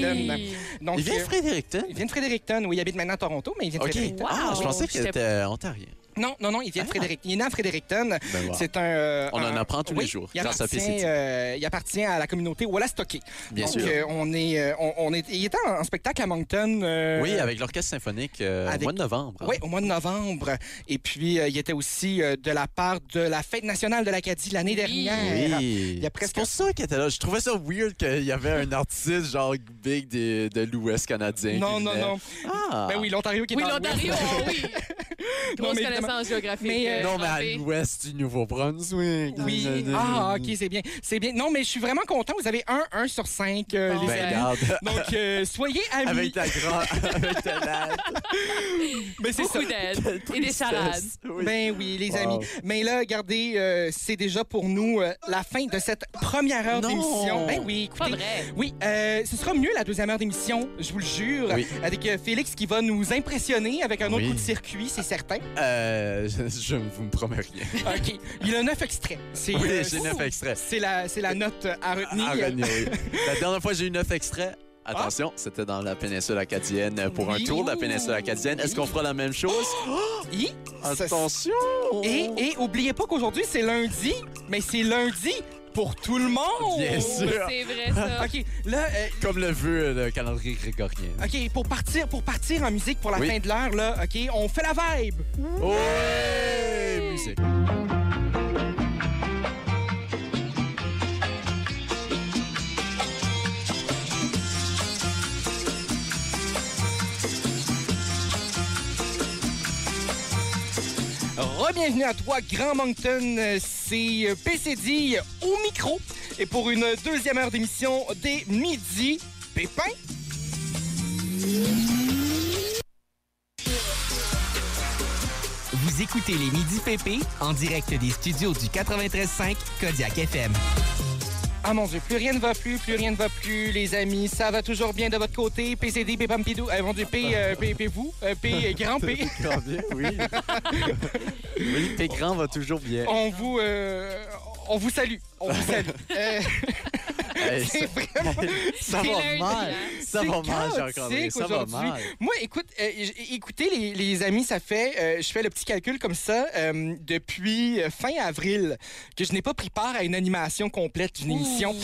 S1: Fredericton.
S4: Oui.
S1: Donc,
S3: Il vient
S1: euh,
S3: de Fredericton?
S1: il vient de Fredericton, oui, il habite maintenant à Toronto, mais il vient de
S3: OK.
S1: Fredericton.
S3: Ah, je
S4: Wow.
S3: pensais qu'il
S4: J'étais-
S3: était ontarien.
S1: Non, non, non, il vient de
S3: Ah.
S1: Fredericton. Il est né à Fredericton.
S3: Ben, voilà.
S1: C'est un. euh,
S3: On en
S1: un-
S3: apprend tous les
S1: Oui,
S3: jours,
S1: Il
S3: grâce à
S1: appartient,
S3: PCT.
S1: euh, il appartient à la communauté Wallastocky.
S3: Bien
S1: Donc,
S3: sûr.
S1: euh, on est, euh, on, on est, il était en, en spectacle à Moncton. euh,
S3: Oui, avec l'Orchestre symphonique euh,
S1: avec-
S3: au mois de novembre.
S1: Oui, au mois de novembre. Et puis, euh, il était aussi euh, de la part de la fête nationale de l'Acadie l'année dernière.
S3: Oui.
S1: y a presque-
S3: C'est pour ça qu'il était là. Je trouvais ça weird qu'il y avait un artiste genre big de, de l'Ouest canadien. qui
S1: Non, non,
S3: venait.
S1: non.
S3: Ah.
S1: Ben oui, l'Ontario qui est
S4: Oui,
S1: dans
S4: l'Ontario,
S1: l'Ouest.
S4: oh oui. Grosse
S1: mais évidemment-
S4: connaissance géographique.
S1: Mais, euh,
S4: euh,
S3: Non, mais à
S4: trempée.
S3: l'ouest du Nouveau-Brunswick.
S1: Oui. Ah, OK, c'est bien. C'est bien. Non, mais je suis vraiment content. Vous avez un, un sur cinq, euh,
S4: Bon.
S1: les
S3: Ben,
S1: amis.
S3: regarde,
S1: Donc, euh, soyez amis.
S3: avec ta grande... avec ta latte.
S1: Mais c'est ça.
S4: Beaucoup d'aide et des salades.
S3: Oui.
S1: Ben oui, les
S3: Wow.
S1: amis. Mais là, regardez, euh, c'est déjà pour nous euh, la fin de cette première heure
S3: Non.
S1: d'émission. Ben oui,
S4: Pas
S1: écoutez.
S4: vrai.
S1: Oui, euh, ce sera mieux la deuxième heure d'émission, je vous le jure,
S3: Oui.
S1: avec euh, Félix qui va nous impressionner avec un autre
S3: Oui.
S1: coup de circuit, c'est certain.
S3: Euh, je, je vous me promets rien.
S1: OK. Il a neuf extraits. C'est
S3: Oui,
S1: euh,
S3: j'ai neuf extraits.
S1: c'est la, c'est la note euh, à retenir.
S3: Ah, René, oui. La dernière fois, j'ai eu neuf extraits. Attention, c'était dans la péninsule acadienne pour
S1: Oui.
S3: un tour de la péninsule acadienne. Est-ce qu'on fera la même chose?
S1: Hi, ça-
S3: Attention!
S1: Et, et oubliez pas qu'aujourd'hui, c'est lundi, mais c'est lundi pour tout le monde.
S3: Bien sûr.
S4: Oh, C'est vrai, ça.
S1: OK, là, euh,
S3: Comme le veut le calendrier grégorien.
S1: OK, pour partir, pour partir en musique pour la
S3: Oui.
S1: fin de l'heure, là, OK, on fait la vibe.
S3: Ouais! Musique.
S1: Re-bienvenue à toi, Grand Moncton. Euh, C'est euh, PCD au micro. Et pour une deuxième heure d'émission dès midi, Pépin.
S2: Vous écoutez les Midi PP en direct des studios du 93.5 Kodiak FM.
S1: Ah mon Dieu, plus rien ne va plus, plus rien ne va plus, les amis. Ça va toujours bien de votre côté. PCD, Pépin, Pidou. Euh, mon Dieu, P, euh, P, P, vous. Euh, P, euh, grand P.
S3: Grand bien, oui. oui, tes grands va toujours bien.
S1: On vous, euh, on vous salue. On vous salue. Euh,
S3: Hey, ça,
S1: c'est vraiment...
S3: ça
S4: c'est
S3: va
S4: lundi,
S3: mal.
S4: hein?
S3: Ça
S1: C'est
S3: va mal, Jean-Claude.
S1: chaotique
S3: Ça va
S1: aujourd'hui.
S3: mal.
S1: Moi, écoute, euh, j- écoutez, les, les amis, ça fait, euh, je fais le petit calcul comme ça, euh, depuis euh, fin avril, que je n'ai pas pris part à une animation complète d'une émission.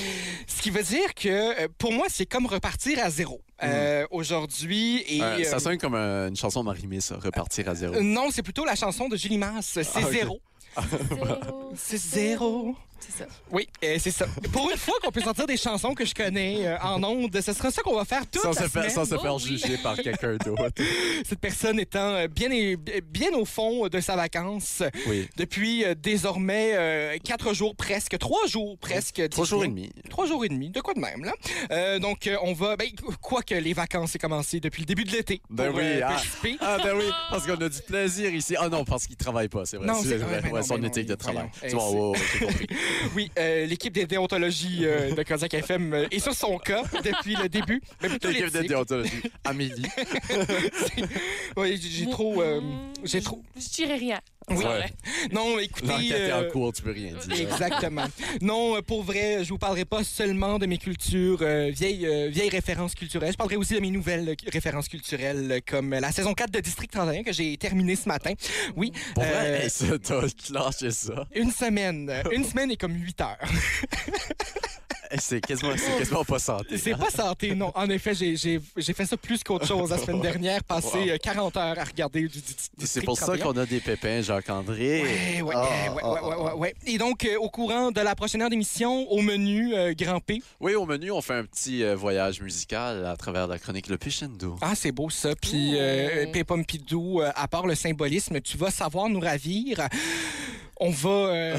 S1: Ce qui veut dire que, euh, pour moi, c'est comme repartir à zéro euh, aujourd'hui. et
S3: Euh,
S1: euh,
S3: ça sonne comme un- une chanson de Marie-Mé, ça, repartir à zéro.
S1: euh, non, c'est plutôt la chanson de Julie Mars, c'est
S3: Ah, ok.
S1: zéro.
S4: Zéro.
S1: C'est zéro.
S4: c'est ça.
S1: Oui, euh, c'est ça. Pour une fois qu'on peut sortir des chansons que je connais euh, en ondes, ce sera ça qu'on va faire toute
S3: Sans
S1: la
S3: se,
S1: semaine.
S3: faire, sans se
S4: Oh,
S3: faire
S4: oui.
S3: juger par quelqu'un d'autre.
S1: Cette personne étant euh, bien, et- bien au fond de sa vacance
S3: Oui.
S1: depuis euh, désormais euh, quatre jours presque, trois jours presque.
S3: Trois
S1: dis-je
S3: jours et
S1: bien.
S3: demi.
S1: Trois jours et demi, de quoi de même, là. Euh, donc, euh, on va... Ben, quoique les vacances aient commencé depuis le début de l'été.
S3: Ben
S1: pour,
S3: oui,
S1: euh,
S3: ah.
S1: participer.
S3: Ah ben oui, parce qu'on a du plaisir ici. Ah non, parce qu'il travaille pas, c'est vrai.
S1: Non, c'est vrai,
S3: vrai.
S1: ben
S3: Ouais,
S1: non,
S3: son
S1: ben
S3: éthique
S1: non,
S3: de travail.
S1: ben non. Hey,
S3: Tu vois, ouais, ouais, j'ai compris.
S1: Oui, euh, l'équipe des déontologies euh, de Kodiak FM euh, est sur son cas depuis le début. Mais plutôt
S3: L'équipe de
S1: l'éthique.
S3: déontologie. Amélie.
S1: Oui, j'ai j'ai trop... euh, j'ai trop...
S4: Je dirais rien.
S1: Oui.
S3: Ouais.
S1: Non, écoutez...
S3: L'enquête est
S1: euh,
S3: en cours, tu peux rien dire.
S1: Exactement. Non, euh, pour vrai, je vous parlerai pas seulement de mes cultures, euh, vieilles, euh, vieilles références culturelles. Je parlerai aussi de mes nouvelles euh, références culturelles, euh, comme euh, la saison 4 de District 31 que j'ai terminée ce matin. Oui.
S3: Pour
S1: euh,
S3: vrai, hey, ça, t'as lâché ça.
S1: Une semaine. Euh, Une semaine est comme 8 heures.
S3: Hey, C'est quasiment, c'est quasiment pas santé.
S1: C'est pas santé, non. En effet, j'ai- j'ai j'ai fait ça plus qu'autre chose la semaine dernière, passer
S3: Wow.
S1: euh, 40 heures à regarder du, du- du
S3: C'est
S1: District
S3: pour ça
S1: 31.
S3: qu'on a des pépins, Jacques-André.
S1: Ouais, Eh ouais,
S3: Ah,
S1: ouais,
S3: ah,
S1: ouais, ouais, ouais, ouais. Et donc, euh, au courant de la prochaine heure d'émission, au menu euh, Grand P.
S3: Oui, au menu, on fait un petit euh, voyage musical à travers la chronique Le Pichendo.
S1: Ah, c'est beau ça. Puis, euh, Pépa Mpidou, euh, à part le symbolisme, tu vas savoir nous ravir. On va. euh,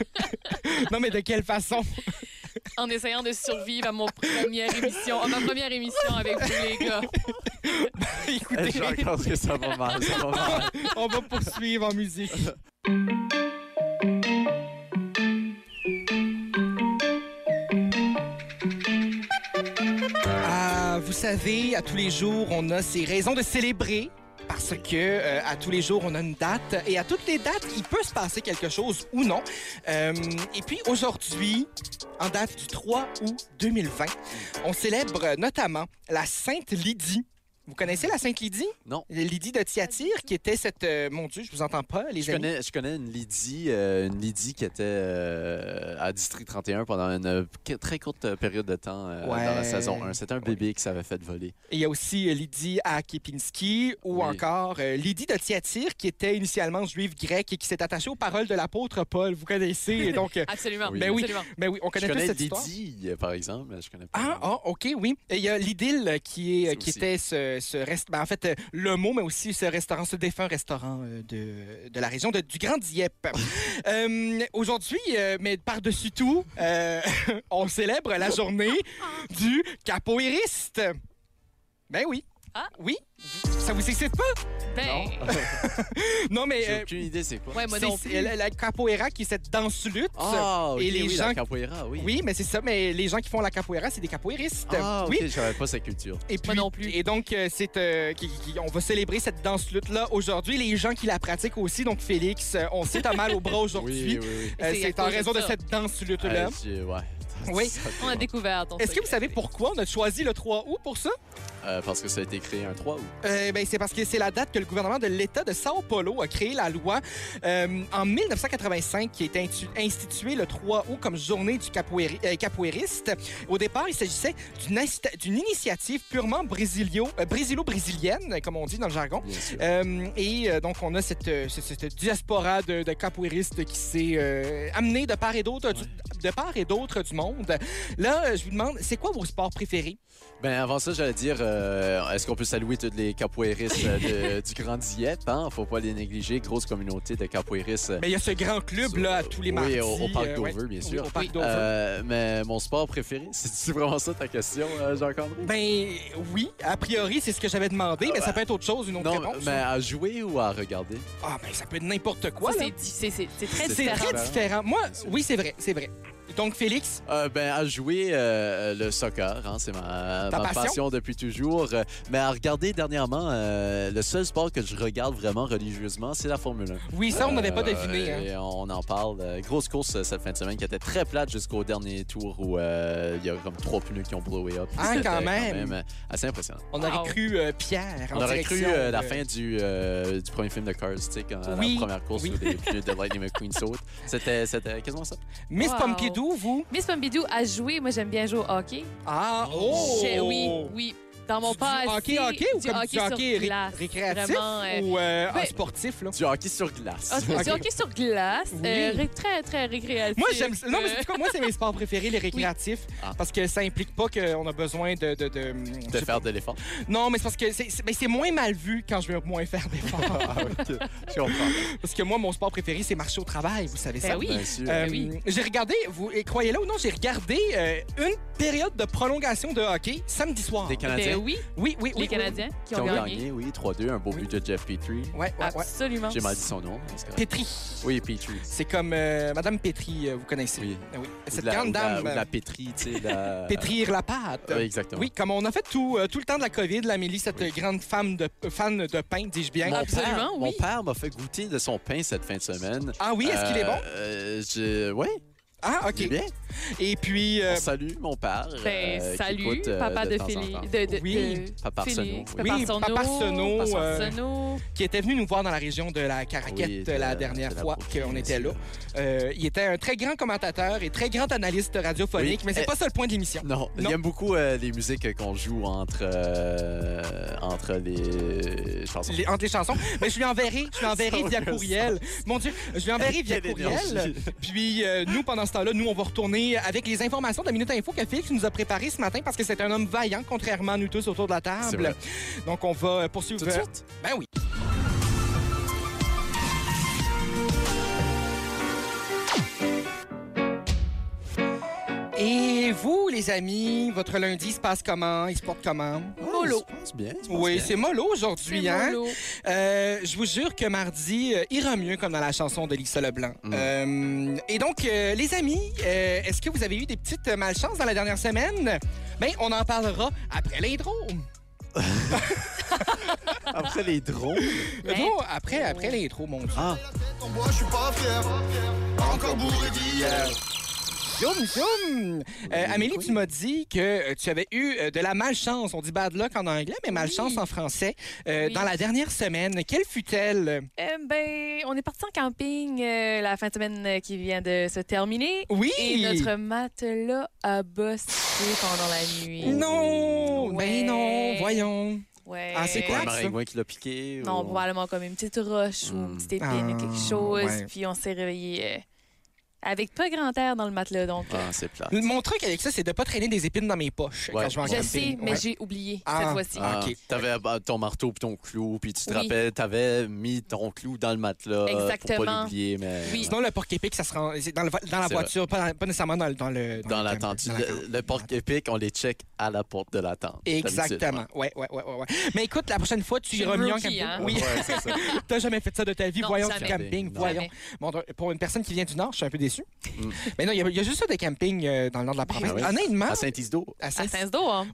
S1: non, mais de quelle façon?
S4: En essayant de survivre à mon première émission, à ma première émission avec vous, les gars.
S1: Écoutez,
S3: Jacques-André, ça va mal, ça va mal.
S1: on va poursuivre en musique. Ah, vous savez, à tous les jours, on a ces raisons de célébrer. Parce que euh, à tous les jours, on a une date. Et à toutes les dates, il peut se passer quelque chose ou non. Euh, et puis aujourd'hui, en date du 3 août 2020, on célèbre notamment la Sainte Lydie. Vous connaissez la Sainte Lydie?
S3: Non.
S1: Lydie de Thiatire, qui était cette... euh, mon Dieu, je vous entends pas, les
S3: Je
S1: amis.
S3: connais, je connais une Lydie, euh, une Lydie qui était euh, à District 31 pendant une euh, qu- très courte période de temps euh,
S1: Ouais.
S3: dans la saison 1. C'était un bébé qui s'avait fait voler.
S1: Et Il y a aussi euh, Lydie à Kepinski ou
S3: Oui.
S1: encore euh, Lydie de Thiatire, qui était initialement juive grecque et qui s'est attachée aux paroles de l'apôtre Paul. Vous connaissez, et donc... euh,
S4: Absolument.
S3: Oui.
S1: Ben oui.
S4: Absolument.
S1: ben oui, on connaît
S3: je
S1: tous
S3: connais
S1: cette histoire.
S3: Lydie, euh, par exemple, mais je connais pas.
S1: Ah, ah, OK, oui. Et Il y a l'idylle qui, est,
S3: Ça
S1: qui
S3: aussi.
S1: était ce, ce rest- ben, en fait, euh, le mot, mais aussi ce restaurant, ce défunt restaurant euh, de, de la région de- du Grand Dieppe. Euh, Aujourd'hui, euh, mais par-dessus tout, euh, on célèbre la journée du capoeiriste. Ben oui.
S4: Ah.
S1: Oui. Ça vous excite pas?
S4: Ben,
S1: Non, mais.
S3: J'ai
S1: euh,
S3: aucune idée, c'est quoi.
S4: ouais, Ah, moi
S1: c'est-
S4: non
S1: c'est
S4: plus.
S1: la, la capoeira qui est cette danse-lutte.
S3: Ah, ok,
S1: Et les
S3: oui,
S1: gens-
S3: la capoeira, oui.
S1: Oui, mais c'est ça. Mais les gens qui font la capoeira, c'est des capoéristes.
S3: Ah, ok,
S1: Oui,
S3: je savais pas sa culture.
S1: Et
S4: Moi non plus.
S1: Et donc, euh, c'est, euh, qui- qui- on va célébrer cette danse-lutte-là aujourd'hui. Les gens qui la pratiquent aussi, donc Félix, euh, on sait t'as mal au bras aujourd'hui.
S3: oui, oui.
S1: Euh,
S4: C'est à
S1: c'est en
S4: cause de
S1: raison de Euh,
S4: ça.
S1: cette danse-lutte-là.
S3: Ah, j'ai- ouais.
S1: Oui.
S3: Ça, c'est
S4: On a
S3: bon.
S4: découvert ton
S1: Est-ce que vous
S4: secret.
S1: savez pourquoi on a choisi le 3 août pour ça?
S3: Euh, parce que ça a été créé un 3 août.
S1: Euh, ben, c'est parce que c'est la date que le gouvernement de l'État de Sao Paulo a créé la loi euh, en 1985 qui est intu- instituée le 3 août comme journée du capoeiri- euh, capoeiriste. Au départ, il s'agissait d'une insta- d'une initiative purement brésilio- euh, brésilo-brésilienne, comme on dit dans le jargon.
S3: Bien sûr.
S1: Euh, et euh, donc, on a cette, euh, ce- cette diaspora de, de capoeiristes qui s'est euh, amenée de part et d'autre du, de part et d'autre du monde. Là, euh, je vous demande, c'est quoi vos sports préférés?
S3: Ben avant ça, j'allais dire, euh, est-ce qu'on peut saluer toutes les capoeiristes euh, de- du Grand Dieppe? Hein? Faut pas les négliger. Grosse communauté de capoeiristes. euh,
S1: Ben, Il y a ce grand club
S3: sur-
S1: là, à tous les
S3: oui,
S1: mardis.
S3: au, au Parc
S1: euh,
S3: Dover,
S1: ouais.
S3: bien
S1: Oui,
S3: sûr.
S1: au Parc
S4: Oui.
S1: Dover.
S3: Euh, mais mon sport préféré, c'est vraiment ça ta question, euh, Jean-André?
S1: Ben oui, a priori, c'est ce que j'avais demandé, mais ça peut être autre chose, une autre
S3: Ah, ben. non,
S1: Ben, réponse. hein.
S3: mais à jouer ou à regarder?
S1: Ah, ben ça peut être n'importe quoi.
S4: Ça,
S1: là.
S4: c'est di- C'est c'est- c'est très
S3: C'est
S1: C'est
S4: différent.
S1: très
S3: différent.
S1: différent. Moi,
S3: Bien sûr.
S1: oui, c'est vrai, c'est vrai. Donc, Félix,
S3: Euh, ben, à jouer euh, le soccer, hein, c'est ma,
S1: Ta
S3: ma
S1: passion?
S3: passion? depuis toujours. Euh, Mais à regarder dernièrement, euh, le seul sport que je regarde vraiment religieusement, c'est la Formule 1.
S1: oui, ça, on n'avait pas
S3: Euh,
S1: deviné. hein.
S3: et on en parle. Euh, Grosse course euh, cette fin de semaine qui était très plate jusqu'au dernier tour où euh, il y a comme trois pneus qui ont blowé up.
S1: Ah,
S3: C'était
S1: quand même.
S3: euh, assez impressionnant.
S1: On aurait
S4: Wow.
S1: cru euh, Pierre. en
S3: On aurait cru
S1: direction
S3: euh, la
S1: de-
S3: fin du, euh, du premier film de Cars, tu sais, quand à
S1: Oui,
S3: la première course
S1: oui.
S3: où les pneus de Lightning McQueen sautent. C'était c'était quasiment ça.
S1: Miss
S4: Wow.
S1: Pompidou, vous?
S4: Miss Pompidou a joué. Moi, j'aime bien jouer au hockey.
S1: Ah, oh!
S4: J'ai- Oui, oui. Dans mon passé,
S1: hockey, hockey ou
S4: du
S1: comme
S4: hockey
S1: du hockey
S4: sur
S1: ré-
S4: glace.
S1: récréatif
S4: Vraiment, euh,
S1: ou euh,
S4: ben-
S1: sportif là?
S3: Du hockey sur glace.
S4: Ah, c'est du
S1: Ok.
S4: hockey sur glace,
S1: Oui.
S4: euh, ré- très, très récréatif.
S1: Moi, j'aime ça. Non, mais
S4: Euh,
S1: c'est quoi? Moi, c'est mes sports préférés, les récréatifs.
S3: Ah.
S1: Parce que ça implique pas qu'on a besoin de. de, de-
S3: De faire de l'effort.
S1: Non, mais c'est parce que c'est c'est- ben, c'est moins mal vu quand je veux moins faire d'efforts.
S3: Ah, ok. Je comprends.
S1: parce que moi, mon sport préféré, c'est marcher au travail, vous savez
S4: Ben
S1: ça?
S4: oui.
S3: Bien sûr.
S1: Euh,
S4: Ben oui.
S1: J'ai regardé, vous et croyez-le ou non, j'ai regardé euh, une période de prolongation de hockey samedi soir.
S3: Des
S4: ben
S3: Canadiens
S4: oui,
S1: Oui, oui, oui.
S4: les
S1: oui.
S4: Canadiens qui
S3: qui
S4: ont,
S3: ont
S4: gagné.
S3: gagné, oui, 3-2, un beau but de Jeff Petrie.
S1: Ouais, ouais, ouais.
S4: Absolument.
S3: J'ai mal dit son nom. mais c'est correct.
S1: Petri.
S3: Oui, Petrie.
S1: C'est comme euh, Madame Petri, euh, vous connaissez.
S3: Oui.
S1: Ah oui.
S3: Ou
S1: Cette
S3: de la,
S1: grande
S3: ou de la-
S1: dame.
S3: ou de la
S1: euh,
S3: Petrie, tu sais. La...
S1: Pétrir la pâte.
S3: Oui, exactement.
S1: Oui, comme on a fait tout, euh, tout le temps de la COVID, l'Amélie, cette
S3: Oui.
S1: grande femme de, euh, fan de pain, dis-je bien.
S3: Mon
S4: Absolument,
S3: père,
S4: oui.
S3: mon père m'a fait goûter de son pain cette fin de semaine.
S1: Ah oui, est-ce qu'il est bon?
S3: Euh, je- Oui,
S1: Ah,
S3: il est
S1: OK.
S3: bien.
S1: Et puis, euh,
S3: On salue mon père.
S4: Ben,
S3: euh, qui
S4: salut,
S3: écoute, euh,
S4: papa de,
S3: temps en
S4: Félix.
S3: temps.
S4: De, de,
S1: Oui,
S4: de
S3: Papa Arsenault,
S4: Félix,
S3: oui.
S1: Oui,
S4: Arsenault,
S1: Papa Arsenault,
S4: Papa
S1: euh,
S4: Arsenault.
S1: qui était venu nous voir dans la région de la Caraquette euh,
S3: Oui, de-
S1: la
S3: de
S1: dernière
S3: la
S1: fois
S3: province,
S1: qu'on était là.
S3: oui.
S1: Euh, il était un très grand commentateur et très grand analyste radiophonique,
S3: Oui.
S1: mais c'est
S3: Eh,
S1: pas ça le point de l'émission.
S3: Non, il
S1: Non.
S3: aime beaucoup euh, les musiques qu'on joue entre, euh, entre les chansons.
S1: Les- entre les chansons. Mais je lui enverrai, je lui enverrai
S3: Ça
S1: via
S3: aucun
S1: courriel. Mon Dieu, je lui enverrai via
S3: Quelle
S1: courriel.
S3: énergie.
S1: Puis euh, nous, pendant ce temps-là, nous, on va retourner avec les informations de la Minute Info que Félix nous a préparées ce matin parce que c'est un homme vaillant, contrairement à nous tous autour de la
S3: C'est
S1: table.
S3: vrai.
S1: Donc, on va poursuivre.
S3: Tout de suite?
S1: Ben oui. Et vous, les amis, votre lundi se passe comment? Il se porte comment?
S4: Mollo.
S3: Je pense bien. je pense
S1: Oh, Oui,
S3: bien.
S1: c'est mollo aujourd'hui,
S4: C'est
S1: hein?
S4: mollo.
S1: Euh, je vous jure que mardi euh, ira mieux comme dans la chanson de Lisa Leblanc.
S3: Mm.
S1: Euh, et donc, euh, les amis, euh, est-ce que vous avez eu des petites euh, malchances dans la dernière semaine? Ben, on en parlera après l'intro.
S3: Après les drones.
S4: Ouais.
S1: Non, Euh, après, après l'intro, mon Dieu.
S3: Ah,
S8: En bois, je suis pas fier. Encore bourré d'hier.
S1: Zoom, zoom! Euh, Amélie, tu m'as dit que euh, tu avais eu euh, de la malchance. On dit bad luck en anglais, mais malchance en français. euh,
S4: Oui.
S1: Dans la dernière semaine, quelle fut-elle?
S4: Euh, ben, on est parti en camping euh, la fin de semaine euh, qui vient de se terminer.
S1: Oui!
S4: Et notre matelas a bossé pendant la nuit.
S1: Non!
S4: Ouais.
S1: Ben non, voyons.
S4: Ouais.
S1: Ah, c'est
S3: c'est
S1: quoi?
S3: un
S1: Claque, ça.
S3: maringouin qui l'a piqué.
S4: Non,
S3: ou-
S4: probablement comme une petite roche ou
S3: Hmm.
S4: une petite épine
S1: Ah,
S4: ou quelque chose.
S1: ouais.
S4: Puis on s'est réveillé euh, avec pas grand air dans le matelas. Donc, euh,
S3: Ah, c'est plat.
S1: Mon truc avec ça, c'est de pas traîner des épines dans mes poches
S3: Ouais.
S1: quand je vais en
S4: je
S1: camping.
S4: sais, mais
S1: Ouais.
S4: j'ai oublié
S1: Ah.
S4: cette fois-ci.
S1: Ah. ok.
S3: T'avais ah, ton marteau puis ton clou, puis tu te
S4: Oui.
S3: rappelles, t'avais mis ton clou dans le matelas. euh, Pour pas
S4: Exactement.
S3: l'oublier, mais.
S4: Oui.
S1: Sinon, le porc-épic, ça se rend c'est dans, le vo- dans la
S3: C'est
S1: voiture, pas, dans- pas nécessairement dans le... Dans, le,
S3: Dans
S1: le-
S3: la tente.
S1: dans la tente.
S3: Le, le porc-épic, on les check à la porte de la tente.
S1: Exactement. Ouais, ouais, ouais, ouais, ouais. Mais écoute, la prochaine fois, tu
S4: Je suis
S1: iras
S4: une
S1: mieux en
S4: rookie,
S1: camping.
S4: hein.
S1: Oui,
S3: Ouais, c'est ça. Ah,
S1: t'as jamais fait ça de ta vie.
S4: Non,
S1: voyons du
S4: jamais.
S1: camping,
S3: Non.
S1: voyons.
S4: Jamais.
S1: Bon, donc, pour une personne qui vient du Nord, je suis un peu déçu.
S3: Mm.
S1: Mais non, il y, a- il y a juste ça des campings euh, dans le nord
S4: Ben
S1: de la province.
S3: Ah oui.
S1: Honnêtement,
S3: À Saint-Isidore.
S1: à Saint-
S4: À Saint-Dos, hein?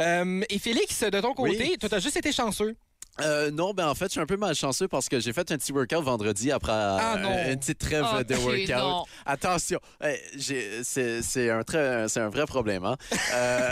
S1: Euh, et Félix, de ton côté,
S3: Oui.
S1: toi, t'as juste été chanceux.
S3: Euh, non, ben en fait, je suis un peu malchanceux parce que j'ai fait un petit workout vendredi après euh,
S1: non.
S3: une petite trêve
S4: Ah, Ok,
S3: de workout.
S4: non.
S3: Attention, eh, j'ai- c'est c'est un, très- c'est un vrai problème. hein. Euh,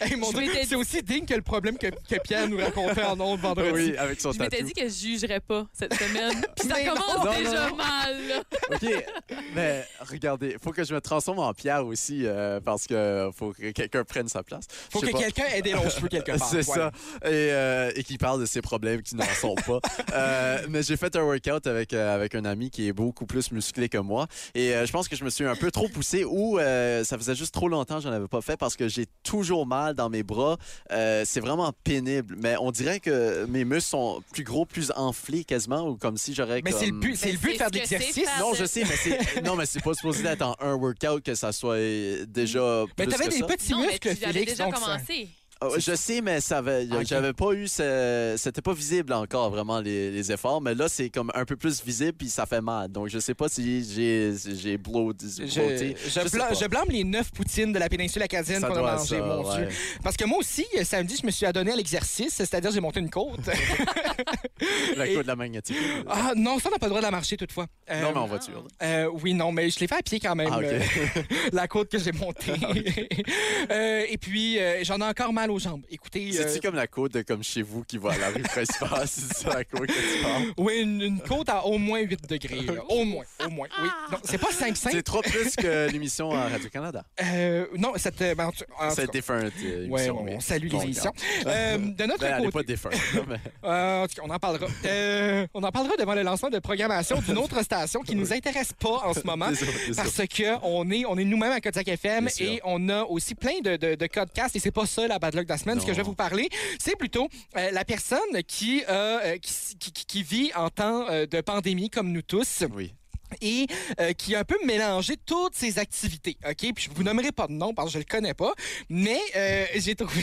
S1: Hey, mon
S4: Je
S1: Dieu,
S4: m'étais dit-
S1: c'est aussi digne que le problème que, que Pierre nous racontait en ondes vendredi.
S3: oui, avec son
S4: Je m'étais
S3: tatou.
S4: dit que je jugerais pas cette semaine. Puis ça
S1: Mais non.
S4: commence
S3: Non, non,
S4: déjà
S3: non.
S4: mal. là.
S3: OK, mais regardez, faut que je me transforme en Pierre aussi euh, parce que faut que quelqu'un prenne sa place.
S1: Faut
S3: Je sais
S1: que
S3: pas.
S1: quelqu'un ait des longs cheveux quelque part.
S3: C'est
S1: Voilà.
S3: ça. Et, euh, et qui parle de ses problèmes qui n'en sont pas. Euh, mais j'ai fait un workout avec, euh, avec un ami qui est beaucoup plus musclé que moi. Et euh, je pense que je me suis un peu trop poussé ou euh, ça faisait juste trop longtemps que j'en avais pas fait parce que j'ai toujours mal dans mes bras. Euh, c'est vraiment pénible. Mais on dirait que mes muscles sont plus gros, plus enflés quasiment ou comme si j'aurais.
S1: Mais c'est le
S3: comme-
S1: but, c'est
S4: Mais
S1: le but de
S4: c'est
S1: faire
S4: ce
S1: de
S4: que c'est
S1: l'exercice.
S4: faire.
S3: Non, je sais, mais c'est non, mais c'est pas supposé être en un workout que ça soit euh, déjà.
S1: Mais
S3: plus
S1: t'avais
S3: que
S1: des
S3: ça.
S1: petits
S4: non, mais
S1: muscles,
S4: tu avais
S1: Félix.
S4: déjà
S1: donc ça-
S4: commencé.
S3: Oh, je sais, mais ça avait, y a-
S1: Ah, Ok.
S3: j'avais pas eu, ce- c'était pas visible encore vraiment les, les efforts, mais là c'est comme un peu plus visible puis ça fait mal. Donc je sais pas si j'ai si j'ai blow-
S1: Je,
S3: bloaté.
S1: je
S3: sais
S1: bla-
S3: pas.
S1: je blâme les neuf poutines de la péninsule acadienne
S3: Ça
S1: qu'on a
S3: doit à
S1: mangées,
S3: ça,
S1: mon Dieu.
S3: ouais.
S1: Parce que moi aussi, euh, samedi, je me suis adonné à l'exercice, c'est-à-dire j'ai monté une côte.
S3: La
S1: Et-
S3: côte de la magnétique.
S1: ah non, ça, on n'a pas le droit de la marcher toutefois. Euh,
S3: non mais en voiture.
S1: euh, oui, non, mais je l'ai fait à pied quand même,
S3: Ah, ok. Ah,
S1: euh, la côte que j'ai montée. Euh, et puis, euh, j'en ai encore mal mal aux jambes. Écoutez. euh,
S3: C'est-tu comme la côte de comme chez vous qui va à la rue principale? C'est ça la côte que tu parles?
S1: Oui, une, une côte à au moins 8 degrés. là. Au moins, au moins. Oui. Non, c'est pas 5-5.
S3: C'est trop plus que l'émission à Radio-Canada.
S1: Euh, non, cette. ben, en tout- en tout
S3: C'est
S1: cas,
S3: défunt.
S1: Ouais, on, on salue les émissions. Euh, de notre
S3: Ben, elle
S1: côté,
S3: n'est pas défunte. mais-
S1: Euh, en tout cas, on en parlera. Euh, on en parlera devant le lancement de programmation d'une autre station qui nous intéresse pas en ce moment.
S3: Désolé, désolé.
S1: Parce que on est, on est nous-mêmes à Kodiak FM
S3: Bien sûr.
S1: et on a aussi plein de, de, de podcasts et c'est pas ça la bad luck de la semaine. Ce que
S3: Non.
S1: je vais vous parler, c'est plutôt euh, la personne qui, euh, euh, qui, s- qui- qui- qui vit en temps euh, de pandémie comme nous tous
S3: Oui.
S1: et euh, qui a un peu mélangé toutes ses activités. OK? Puis je vous nommerai pas de nom parce que je le connais pas, mais euh, j'ai trouvé.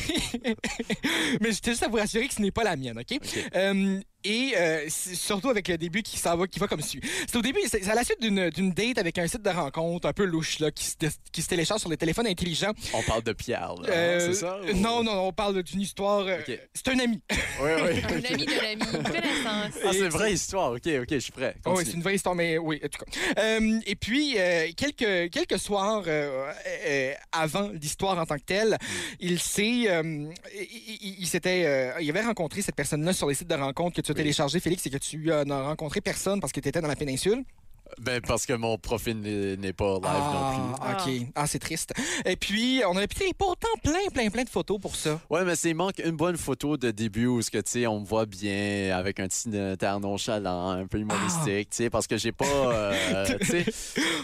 S1: mais j'étais juste à vous rassurer que ce n'est pas la mienne. OK? Euh, et euh, c'est surtout avec le début qui s'en va, qui va comme suit. C'est au début, c'est c'est à la suite d'une d'une date avec un site de rencontre un peu louche là, qui, se, dé- qui se télécharge sur les téléphones intelligents.
S3: On parle de Pierre, là.
S1: Euh,
S3: Ah, C'est ça? ou-
S1: Non, non, on parle d'une histoire. euh,
S3: OK.
S1: C'est un ami.
S3: Oui, oui.
S4: Un ami de l'ami, une connaissance.
S3: Ah, c'est une vraie histoire. OK, OK, je suis prêt.
S1: Ah Oui,
S3: Continue.
S1: c'est une vraie histoire, mais oui, en tout cas. Euh, et puis, euh, quelques, quelques soirs euh, euh, avant l'histoire en tant que telle,
S3: Hmm.
S1: il s'est, euh, il, il- il s'était, euh, il avait rencontré cette personne-là sur les sites de rencontres que tu as téléchargé, Félix, et que tu euh, n'as rencontré personne parce que tu étais dans la péninsule.
S3: Ben, parce que mon profil n'est n'est pas live non plus.
S1: ah, OK. Ah, c'est triste. Et puis, on a pris pourtant plein, plein, plein de photos pour ça.
S3: Ouais, mais c'est il manque une bonne photo de début où ce que tu sais, on me voit bien avec un petit notaire nonchalant, un peu humoristique,
S1: Ah.
S3: tu sais, parce que j'ai pas, euh, tu sais.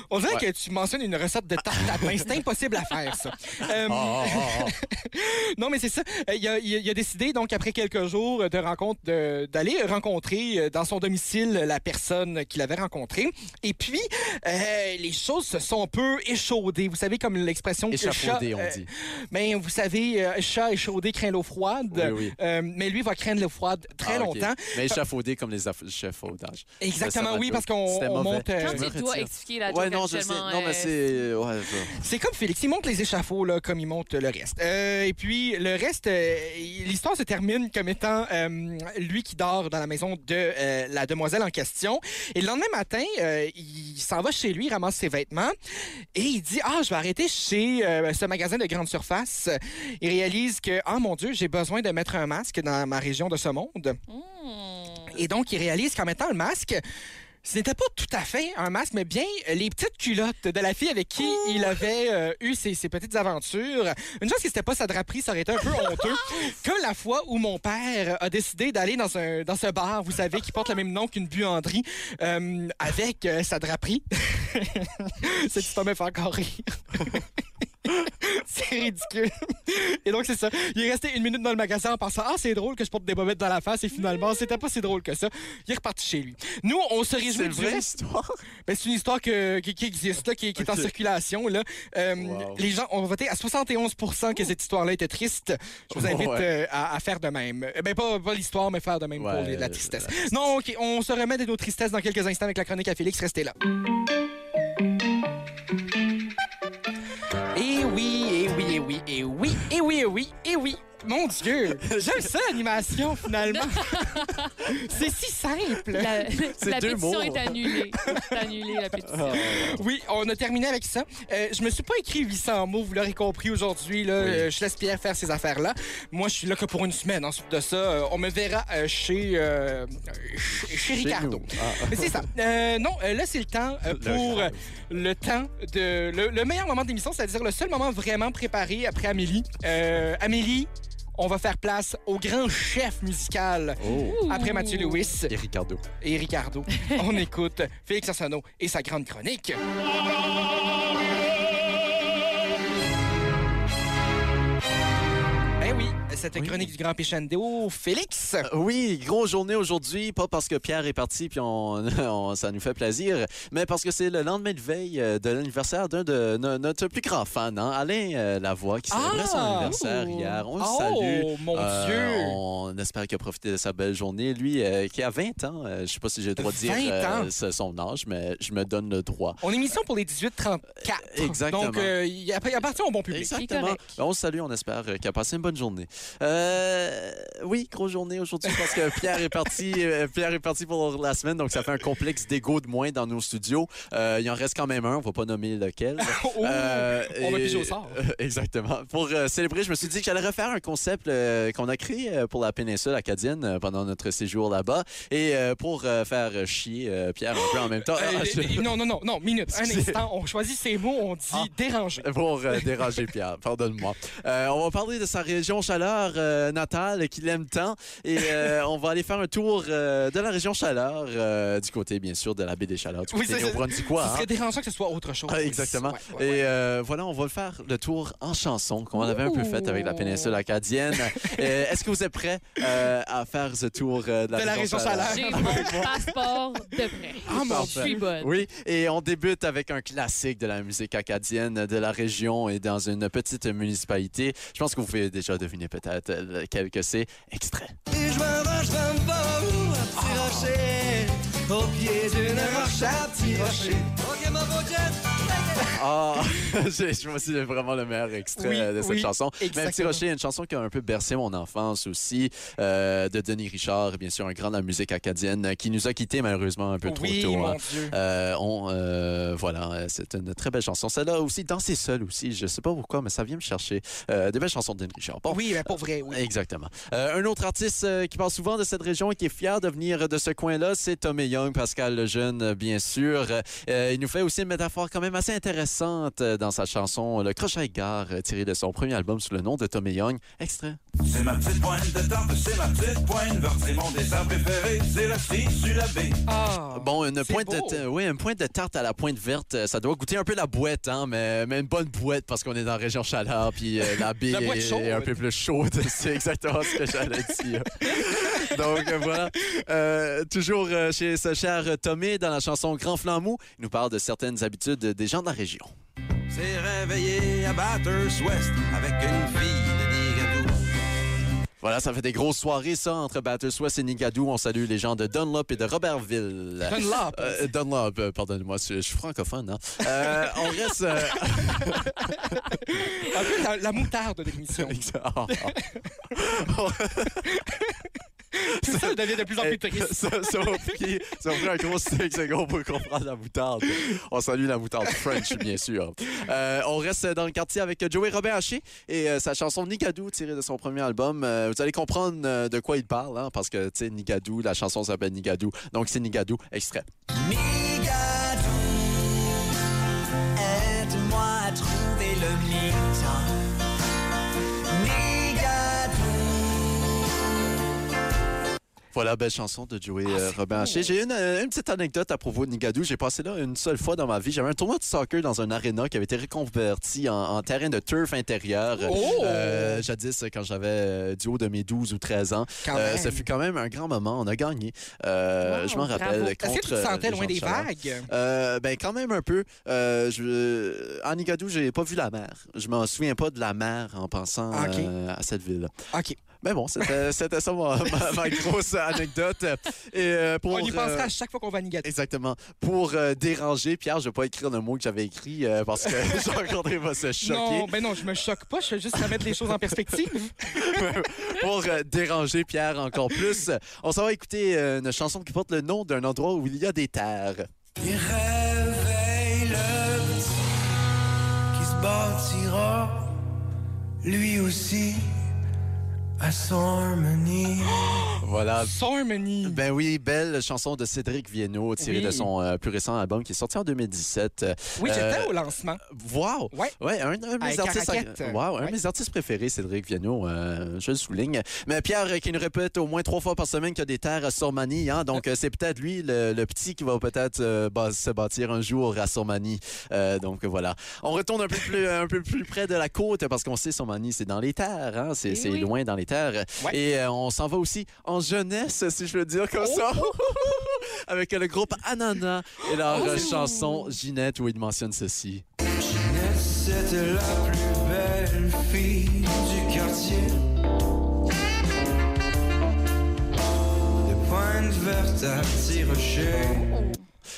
S1: On dirait
S3: Ouais.
S1: que tu mentionnes une recette de tarte tatin. C'est impossible à faire, ça. Euh,
S3: Ah, ah, ah, ah.
S1: Non, mais c'est ça. Euh, Il a, il a- il a décidé, donc, après quelques jours de rencontre, de- d'aller rencontrer euh, dans son domicile la personne qu'il avait rencontrée. Et puis, euh, les choses se sont un peu échaudées. Vous savez, comme l'expression... que le chat,
S3: Échafaudé, on
S1: euh,
S3: dit.
S1: ben, vous savez, euh, chat échaudé craint l'eau froide.
S3: Oui, oui.
S1: Euh, mais lui va craindre l'eau froide très
S3: Ah, ok.
S1: longtemps.
S3: Mais échafaudé comme les aff- échafaudages. Ça,
S1: Exactement,
S3: ça
S1: oui,
S3: m'a
S1: parce qu'on
S3: C'était
S1: on
S3: mauvais.
S1: monte... euh,
S4: Quand
S3: me
S4: tu dois
S3: retire.
S4: expliquer la joke,
S3: Ouais, non, je sais.
S4: habituellement,
S3: Non, mais
S4: euh,
S3: c'est. Ouais, je-
S1: C'est comme Félix, il monte les échafauds là, comme il monte le reste. Euh, et puis le reste, euh, il- l'histoire se termine comme étant euh, lui qui dort dans la maison de euh, la demoiselle en question. Et le lendemain matin, euh, il s'en va chez lui, il ramasse ses vêtements et il dit ah je vais arrêter chez euh, ce magasin de grande surface. Il réalise que ah mon dieu j'ai besoin de mettre un masque dans ma région de ce monde.
S4: hmm.
S1: Et donc il réalise qu'en mettant le masque ce n'était pas tout à fait un masque, mais bien euh, les petites culottes de la fille avec qui il avait euh, eu ses, ses petites aventures. Une chose que c'était pas sa draperie, ça aurait été un peu honteux. Comme la fois où mon père a décidé d'aller dans un dans ce bar, vous savez, qui porte le même nom qu'une buanderie, euh, avec euh, sa draperie. Cette histoire me fait encore rire. c'est ridicule. Et donc, c'est ça. Il est resté une minute dans le magasin en pensant Ah, c'est drôle que je porte des bobettes dans la face. Et finalement, c'était pas si drôle que ça. Il est reparti chez lui. Nous, on se réjouit
S3: C'est une
S1: du
S3: vraie
S1: reste.
S3: histoire.
S1: Ben, c'est une histoire que- qui, qui existe, là, qui, qui est en
S3: Ok.
S1: circulation. Là. Euh,
S3: Wow.
S1: Les gens ont voté à 71 que cette histoire-là était triste. Je vous invite
S3: Oh, Ouais.
S1: euh, à, à faire de même. Euh, Ben, pas, pas l'histoire, mais faire de même pour
S3: Ouais,
S1: les- la
S3: euh,
S1: tristesse. Non, OK, on se remet de nos tristesses dans quelques instants avec la chronique à Félix. Restez là. Et Eh oui, et oui, et oui, et oui, et oui, et oui, et oui. Mon Dieu, j'aime ça l'animation finalement. c'est si simple.
S4: La, la
S3: deux
S4: pétition
S3: mots.
S4: est annulée. C'est annulé, la pétition.
S1: Oui, on a terminé avec ça. Euh, je me suis pas écrit 800 mots, vous l'aurez compris aujourd'hui. là. Euh, je laisse Pierre faire ses affaires-là. Moi, je suis là que pour une semaine. Ensuite de ça, euh, on me verra euh, chez, euh, ch- chez Ricardo.
S3: nous. Ah.
S1: Mais c'est ça. Euh, non, euh, là, c'est le temps euh, pour euh,
S3: rêve.
S1: le, temps de. Le, le meilleur moment de l'émission, c'est-à-dire le seul moment vraiment préparé après Amélie. Euh, Amélie, on va faire place au grand chef musical
S3: Oh.
S1: après Mathieu Lewis
S3: Et Ricardo.
S1: et Ricardo. On écoute Félix Arsenault et sa grande chronique. Ben oui, cette chronique du Grand Pichando, Félix.
S3: Euh, Oui, grosse journée aujourd'hui, pas parce que Pierre est parti puis on, on- ça nous fait plaisir, mais parce que c'est le lendemain de veille euh, de l'anniversaire d'un de no- notre plus grand fan, hein, Alain euh, Lavoie, qui célébrait son
S1: Ah!
S3: anniversaire hier. On le
S1: oh,
S3: salue.
S1: mon
S3: Euh,
S1: Dieu!
S3: On espère qu'il a profité de sa belle journée. Lui, euh, qui a 20 ans, euh, je sais pas si j'ai le droit de dire euh,
S1: 20 ans.
S3: ce- son âge, mais je me donne le droit.
S1: On est mission pour les 18-34.
S3: Euh, Exactement.
S1: Donc, euh, il app- il appartient au bon public.
S3: Exactement. Ben,
S4: correct.
S3: On le salue, on espère euh, qu'il a passé une bonne journée. Euh, oui, grosse journée aujourd'hui parce que Pierre est parti. euh, Pierre est parti pour la semaine, donc ça fait un complexe d'égo de moins dans nos studios. Euh, il en reste quand même un, on va pas nommer lequel.
S1: Oh,
S3: Euh,
S1: on va
S3: et-
S1: piger au sort.
S3: Euh, exactement. Pour euh, célébrer, je me suis dit que j'allais refaire un concept euh, qu'on a créé euh, pour la péninsule acadienne euh, pendant notre séjour là-bas et euh, pour euh, faire euh, chier euh, Pierre un peu en même temps.
S1: Euh,
S3: Ah, je-
S1: euh, Non, non, non, non, minute, un
S3: Excusez.
S1: instant. On choisit ces mots, on dit
S3: Ah.
S1: déranger.
S3: Pour euh, déranger Pierre, pardonne-moi. Euh, on va parler de sa région chaleur euh, natale qu'il aime tant et euh, on va aller faire un tour euh, de la région chaleur euh, du côté, bien sûr, de la baie des Chaleurs, du
S1: Oui,
S3: côté
S1: c'est-
S3: néo-brunswickois,
S1: Ce
S3: hein.
S1: serait dérangeant que ce soit autre chose.
S3: Ah, exactement.
S1: Ouais, ouais, ouais.
S3: Et euh, voilà, on va le faire le tour en chanson qu'on avait un peu fait avec la péninsule acadienne. Euh, Est-ce que vous êtes prêts euh, à faire ce tour euh, de la,
S1: De la région chaleur.
S4: J'ai mon passeport de prêt.
S1: Ah, mon
S4: Je suis bonne.
S3: Oui, et on débute avec un classique de la musique acadienne de la région et dans une petite municipalité. Je pense que vous pouvez déjà deviner peut-être euh, lequel que c'est. Extrait.
S8: Et je m'en vais, je m'en vais, un petit rocher. Au pied d'une roche, un petit rocher. Ok, mon beau Jeff,
S3: Ah, je je pense que c'est vraiment le meilleur extrait
S1: Oui,
S3: euh, de cette
S1: oui,
S3: chanson.
S1: exactement.
S3: Même Petit Rocher, une chanson qui a un peu bercé mon enfance aussi, euh, de Denis Richard, bien sûr, un grand de la musique acadienne, euh, qui nous a quittés malheureusement un peu trop
S1: oui,
S3: tôt.
S1: mon
S3: hein.
S1: Dieu.
S3: Euh, on, euh, voilà, euh, c'est une très belle chanson. Celle-là aussi, Danser seul aussi, je sais pas pourquoi, mais ça vient me chercher. Euh, des belles chansons de Denis Richard. Bon,
S1: oui, mais pour vrai, oui.
S3: Exactement. Euh, un autre artiste euh, qui parle souvent de cette région et qui est fier de venir de ce coin-là, c'est Tommy Young, Pascal Lejeune, euh, bien sûr. Euh, il nous fait aussi une métaphore quand même assez intéressante euh, dans sa chanson Le Crochet Gare, euh, tirée de son premier album sous le nom de Tommy Young. Extrait.
S9: C'est ma petite pointe de tempe, c'est ma petite pointe verte, c'est mon dessert préféré, c'est la cerise sur la baie.
S1: Ah,
S3: Bon, une
S1: c'est
S3: pointe, de
S1: beau.
S3: ta- oui, une pointe de tarte à la pointe verte, euh, ça doit goûter un peu la boîte, hein, mais, mais une bonne boîte parce qu'on est dans la région chaleur, puis euh, la baie
S1: boîte
S3: est,
S1: chaude.
S3: est un peu plus chaude. C'est exactement ce que j'allais dire. Donc euh, voilà, Euh, toujours euh, chez ce cher Tommy, dans la chanson Grand Flammeau, il nous parle de certaines habitudes des gens de la région.
S9: C'est réveillé à Batters West avec une fille de Nigadou.
S3: Voilà, ça fait des grosses soirées, ça, entre Battleswest et Nigadou. On salue les gens de Dunlop et de Robertville.
S1: Dunlop.
S3: Euh, Dunlop, euh, pardonne-moi, je, je suis francophone. hein. Euh, on reste... euh,
S1: Un peu la, la moutarde de l'émission.
S3: Exact.
S1: Tout ça devient de plus en plus triste.
S3: Eh, ça, ça m'a pris, ça m'a pris un gros 5 secondes pour comprendre la moutarde. On salue la moutarde French, bien sûr. Euh, on reste dans le quartier avec Joey Robert Haché et euh, sa chanson Nigadou, tirée de son premier album. Euh, vous allez comprendre euh, de quoi il parle, hein, parce que, tu sais, Nigadou, la chanson s'appelle Nigadou. Donc, c'est Nigadou, extrait.
S8: Migadou, aide-moi à trouver le mi-temps. Migadou.
S3: Voilà, belle chanson de Joey
S1: Ah,
S3: euh, Robin Haché. J'ai une, euh, une petite anecdote à propos de Nigadou. J'ai passé là une seule fois dans ma vie. J'avais un tournoi de soccer dans un aréna qui avait été reconverti en, en terrain de turf intérieur.
S1: Oh!
S3: Euh, jadis, quand j'avais euh, du haut de mes 12 ou 13 ans.
S1: Quand
S3: Euh,
S1: même.
S3: ça fut quand même un grand moment. On a gagné. Euh,
S4: Wow,
S3: je m'en
S4: bravo.
S3: rappelle.
S1: Est-ce que tu
S3: contre,
S1: te
S3: euh,
S1: sentais
S3: les
S1: loin
S3: gens de
S1: des
S3: Charleroi.
S1: vagues?
S3: Euh, ben quand même un peu. Euh, je... En Nigadou, j'ai pas vu la mer. Je m'en souviens pas de la mer en pensant
S1: Ah, ok.
S3: euh, à cette ville.
S1: OK.
S3: Mais Ben bon, c'était c'était ça ma, ma- ma grosse anecdote. Et euh, pour,
S1: On y
S3: euh,
S1: pensera à chaque fois qu'on va à Nigadou.
S3: Exactement. Pour euh, déranger, Pierre, je vais pas écrire le mot que j'avais écrit euh, parce que Jean-André va se choquer.
S1: Non, ben non, je me choque pas. Je fais juste remettre les choses en perspective.
S3: Pour euh, déranger Pierre encore plus, on s'en va écouter euh, une chanson qui porte le nom d'un endroit où il y a des terres.
S9: Il réveille le petit qui se bâtira lui aussi à son harmonie.
S3: Voilà.
S1: Sormony.
S3: Ah. Ben oui, belle chanson de Cédric Viennot tirée
S1: Oui.
S3: de son euh, plus récent album qui est sorti en 2017.
S1: oui, j'étais
S3: euh,
S1: au lancement.
S3: Wow!
S1: Ouais.
S3: Ouais, un, un de mes
S1: Avec
S3: artistes,
S1: la raquette. euh,
S3: Wow, un de
S1: Ouais.
S3: mes artistes préférés, Cédric Viano, euh, je le souligne. Mais Pierre, euh, qui nous répète au moins trois fois par semaine qu'il y a des terres à Sormanie, hein, donc euh, c'est peut-être lui, le, le petit, qui va peut-être euh, bâ- se bâtir un jour à Sormanie. Euh, donc voilà. On retourne un peu, plus, un peu plus près de la côte, parce qu'on sait Sormanie, c'est dans les terres, hein, c'est
S4: Eh
S3: c'est
S4: oui.
S3: loin dans les terres.
S1: Ouais.
S3: Et euh, on s'en va aussi en jeunesse, si je veux dire comme
S1: Oh!
S3: ça, avec euh, le groupe Anana et leur
S1: Oh!
S3: euh, chanson Ginette, où ils mentionnent ceci.
S9: Ginette, c'était la plus belle fille du quartier. De pointe verte à petit rocher.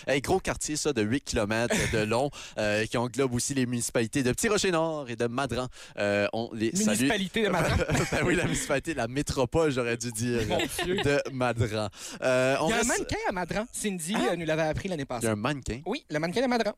S3: Hey, gros quartier, ça, de 8 km de long, euh, qui englobe aussi les municipalités de Petit-Rocher-Nord et de Madran. Euh, on les salue.
S1: Municipalité de Madran.
S3: ben oui, la municipalité, la métropole, j'aurais dû dire,
S1: Mon Dieu.
S3: de Madran. Euh, on
S1: Il y a un
S3: reste- Ah.
S1: mannequin à Madran. Cindy euh, nous l'avait appris l'année
S3: Il y
S1: passée.
S3: a un mannequin.
S1: Oui, le mannequin de Madran.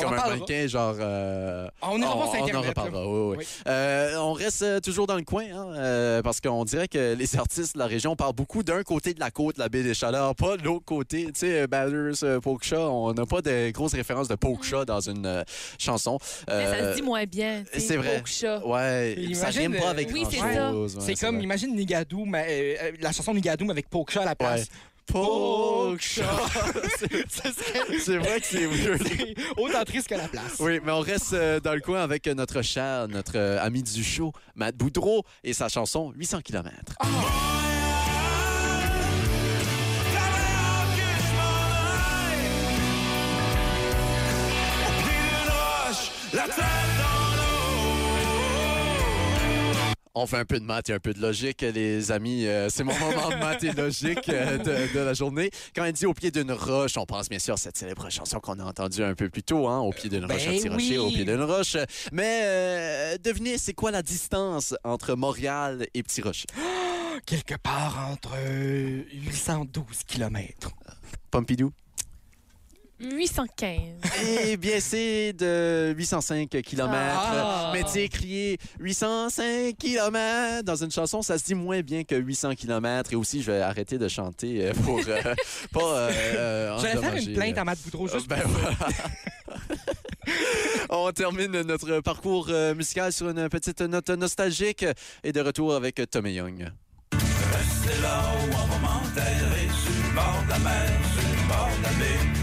S1: On en
S3: Comme un
S1: parlera.
S3: mannequin, genre. euh,
S1: Ah, On ira voir sur
S3: on en
S1: Internet. là.
S3: reparlera, oui, oui.
S1: Oui.
S3: Euh, on reste euh, toujours dans le coin, hein, euh, parce qu'on dirait que les artistes de la région parlent beaucoup d'un côté de la côte, la baie des Chaleurs, pas de l'autre côté. Tu sais, euh, Bathurst, euh, Pokesha, on n'a pas de grosses références de Pokesha dans une euh, chanson.
S4: Mais ça
S3: Euh,
S4: se dit moins bien. tu sais,
S3: c'est vrai.
S4: Pauvre chat.
S3: Ouais,
S1: Et
S3: ça
S1: imagine,
S3: rime pas avec
S4: euh, oui, c'est
S3: grand-chose, ouais,
S1: C'est comme,
S3: vrai.
S1: imagine Nigadou, mais, euh, euh, la chanson Nigadou mais avec Pokesha à la
S3: Ouais.
S1: place.
S3: Pokesha.
S1: Ça serait
S3: c'est vrai que c'est vieux.
S1: c'est autant triste que la place.
S3: Oui, mais on reste euh, dans le coin avec euh, notre cher, notre euh, ami du show, Matt Boudreau, et sa chanson 800 km.
S9: La tête dans l'eau.
S3: On fait un peu de maths et un peu de logique, les amis. Euh, c'est mon moment de maths et logique euh, de, de la journée. Quand elle dit au pied d'une roche, on pense bien sûr à cette célèbre chanson qu'on a entendue un peu plus tôt, hein, au pied d'une
S1: Ben
S3: roche, un petit
S1: oui.
S3: rocher, au pied d'une roche. Mais euh, devinez, c'est quoi la distance entre Montréal et Petit Rocher?
S1: Quelque part entre euh, 812 km.
S3: Pompidou?
S4: 815.
S3: Eh bien, c'est de 805 km.
S1: Ah.
S3: Mais tu sais, crier 805 km dans une chanson, ça se dit moins bien que 800 km. Et aussi, je vais arrêter de chanter euh, pour euh, pas. euh, euh,
S1: J'allais faire
S3: endommager,
S1: une plainte
S3: euh,
S1: à Matt Boudreau juste
S3: ben
S1: pour-
S3: voilà. On termine notre parcours euh, musical sur une petite note nostalgique et de retour avec Tommy Young.
S9: Restez là où on va m'enterrer. Sur le bord de la mer, sur le bord de la baie.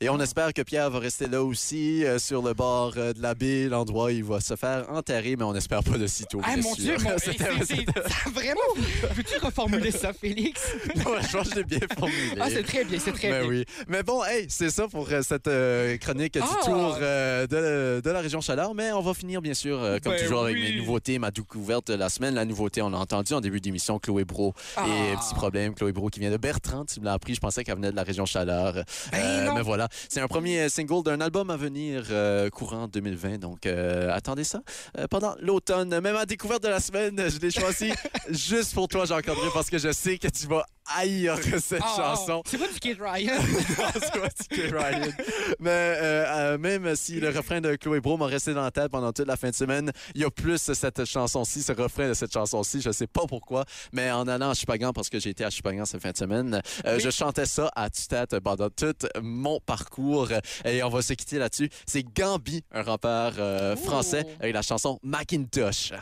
S3: Et on espère que Pierre va rester là aussi, euh, sur le bord euh, de la baie, l'endroit où il va se faire enterrer, mais on n'espère pas de sitôt.
S1: Ah
S3: bien
S1: mon
S3: ben, sûr.
S1: Dieu, mon...
S3: C'était-
S1: c'est- c'est- ça, vraiment. Peux-tu reformuler ça, Félix
S3: Ouais, je pense que je l'ai bien formulé.
S1: Ah, c'est très bien, c'est très
S3: Mais
S1: bien.
S3: Ben oui. Mais bon, hey, c'est ça pour euh, cette euh, chronique du
S1: Ah!
S3: tour euh, de, de la région Chaleur. Mais on va finir, bien sûr, euh, comme
S1: Ben
S3: toujours, avec
S1: oui.
S3: mes nouveautés, ma découverte de la semaine. La nouveauté, on l'a entendu en début d'émission, Chloé Bro.
S1: Ah.
S3: Et petit problème, Chloé Bro qui vient de Bertrand, tu me l'as appris, je pensais qu'elle venait de la région Chaleur. Euh,
S1: Ben non.
S3: mais voilà, c'est un premier single d'un album à venir euh, courant 2020. Donc, euh, attendez ça euh, pendant l'automne. Même à découverte de la semaine, je l'ai choisi juste pour toi, Jean-Candré, parce que je sais que tu vas haïr cette
S1: Ah,
S3: chanson.
S1: C'est pas du Kid Ryan.
S3: Non, c'est pas du Kid Ryan. Mais euh, euh, même si le refrain de Chloé Bro m'a resté dans la tête pendant toute la fin de semaine, il y a plus cette chanson-ci, ce refrain de cette chanson-ci, je sais pas pourquoi, mais en allant à Chupagan, parce que j'ai été à Chupagan cette fin de semaine, euh,
S1: Oui.
S3: je chantais ça à tue-tête pendant tout mon parcours. Et on va se quitter là-dessus. C'est Gambi, un rappeur euh,
S4: Ouh.
S3: français, avec la chanson Macintosh.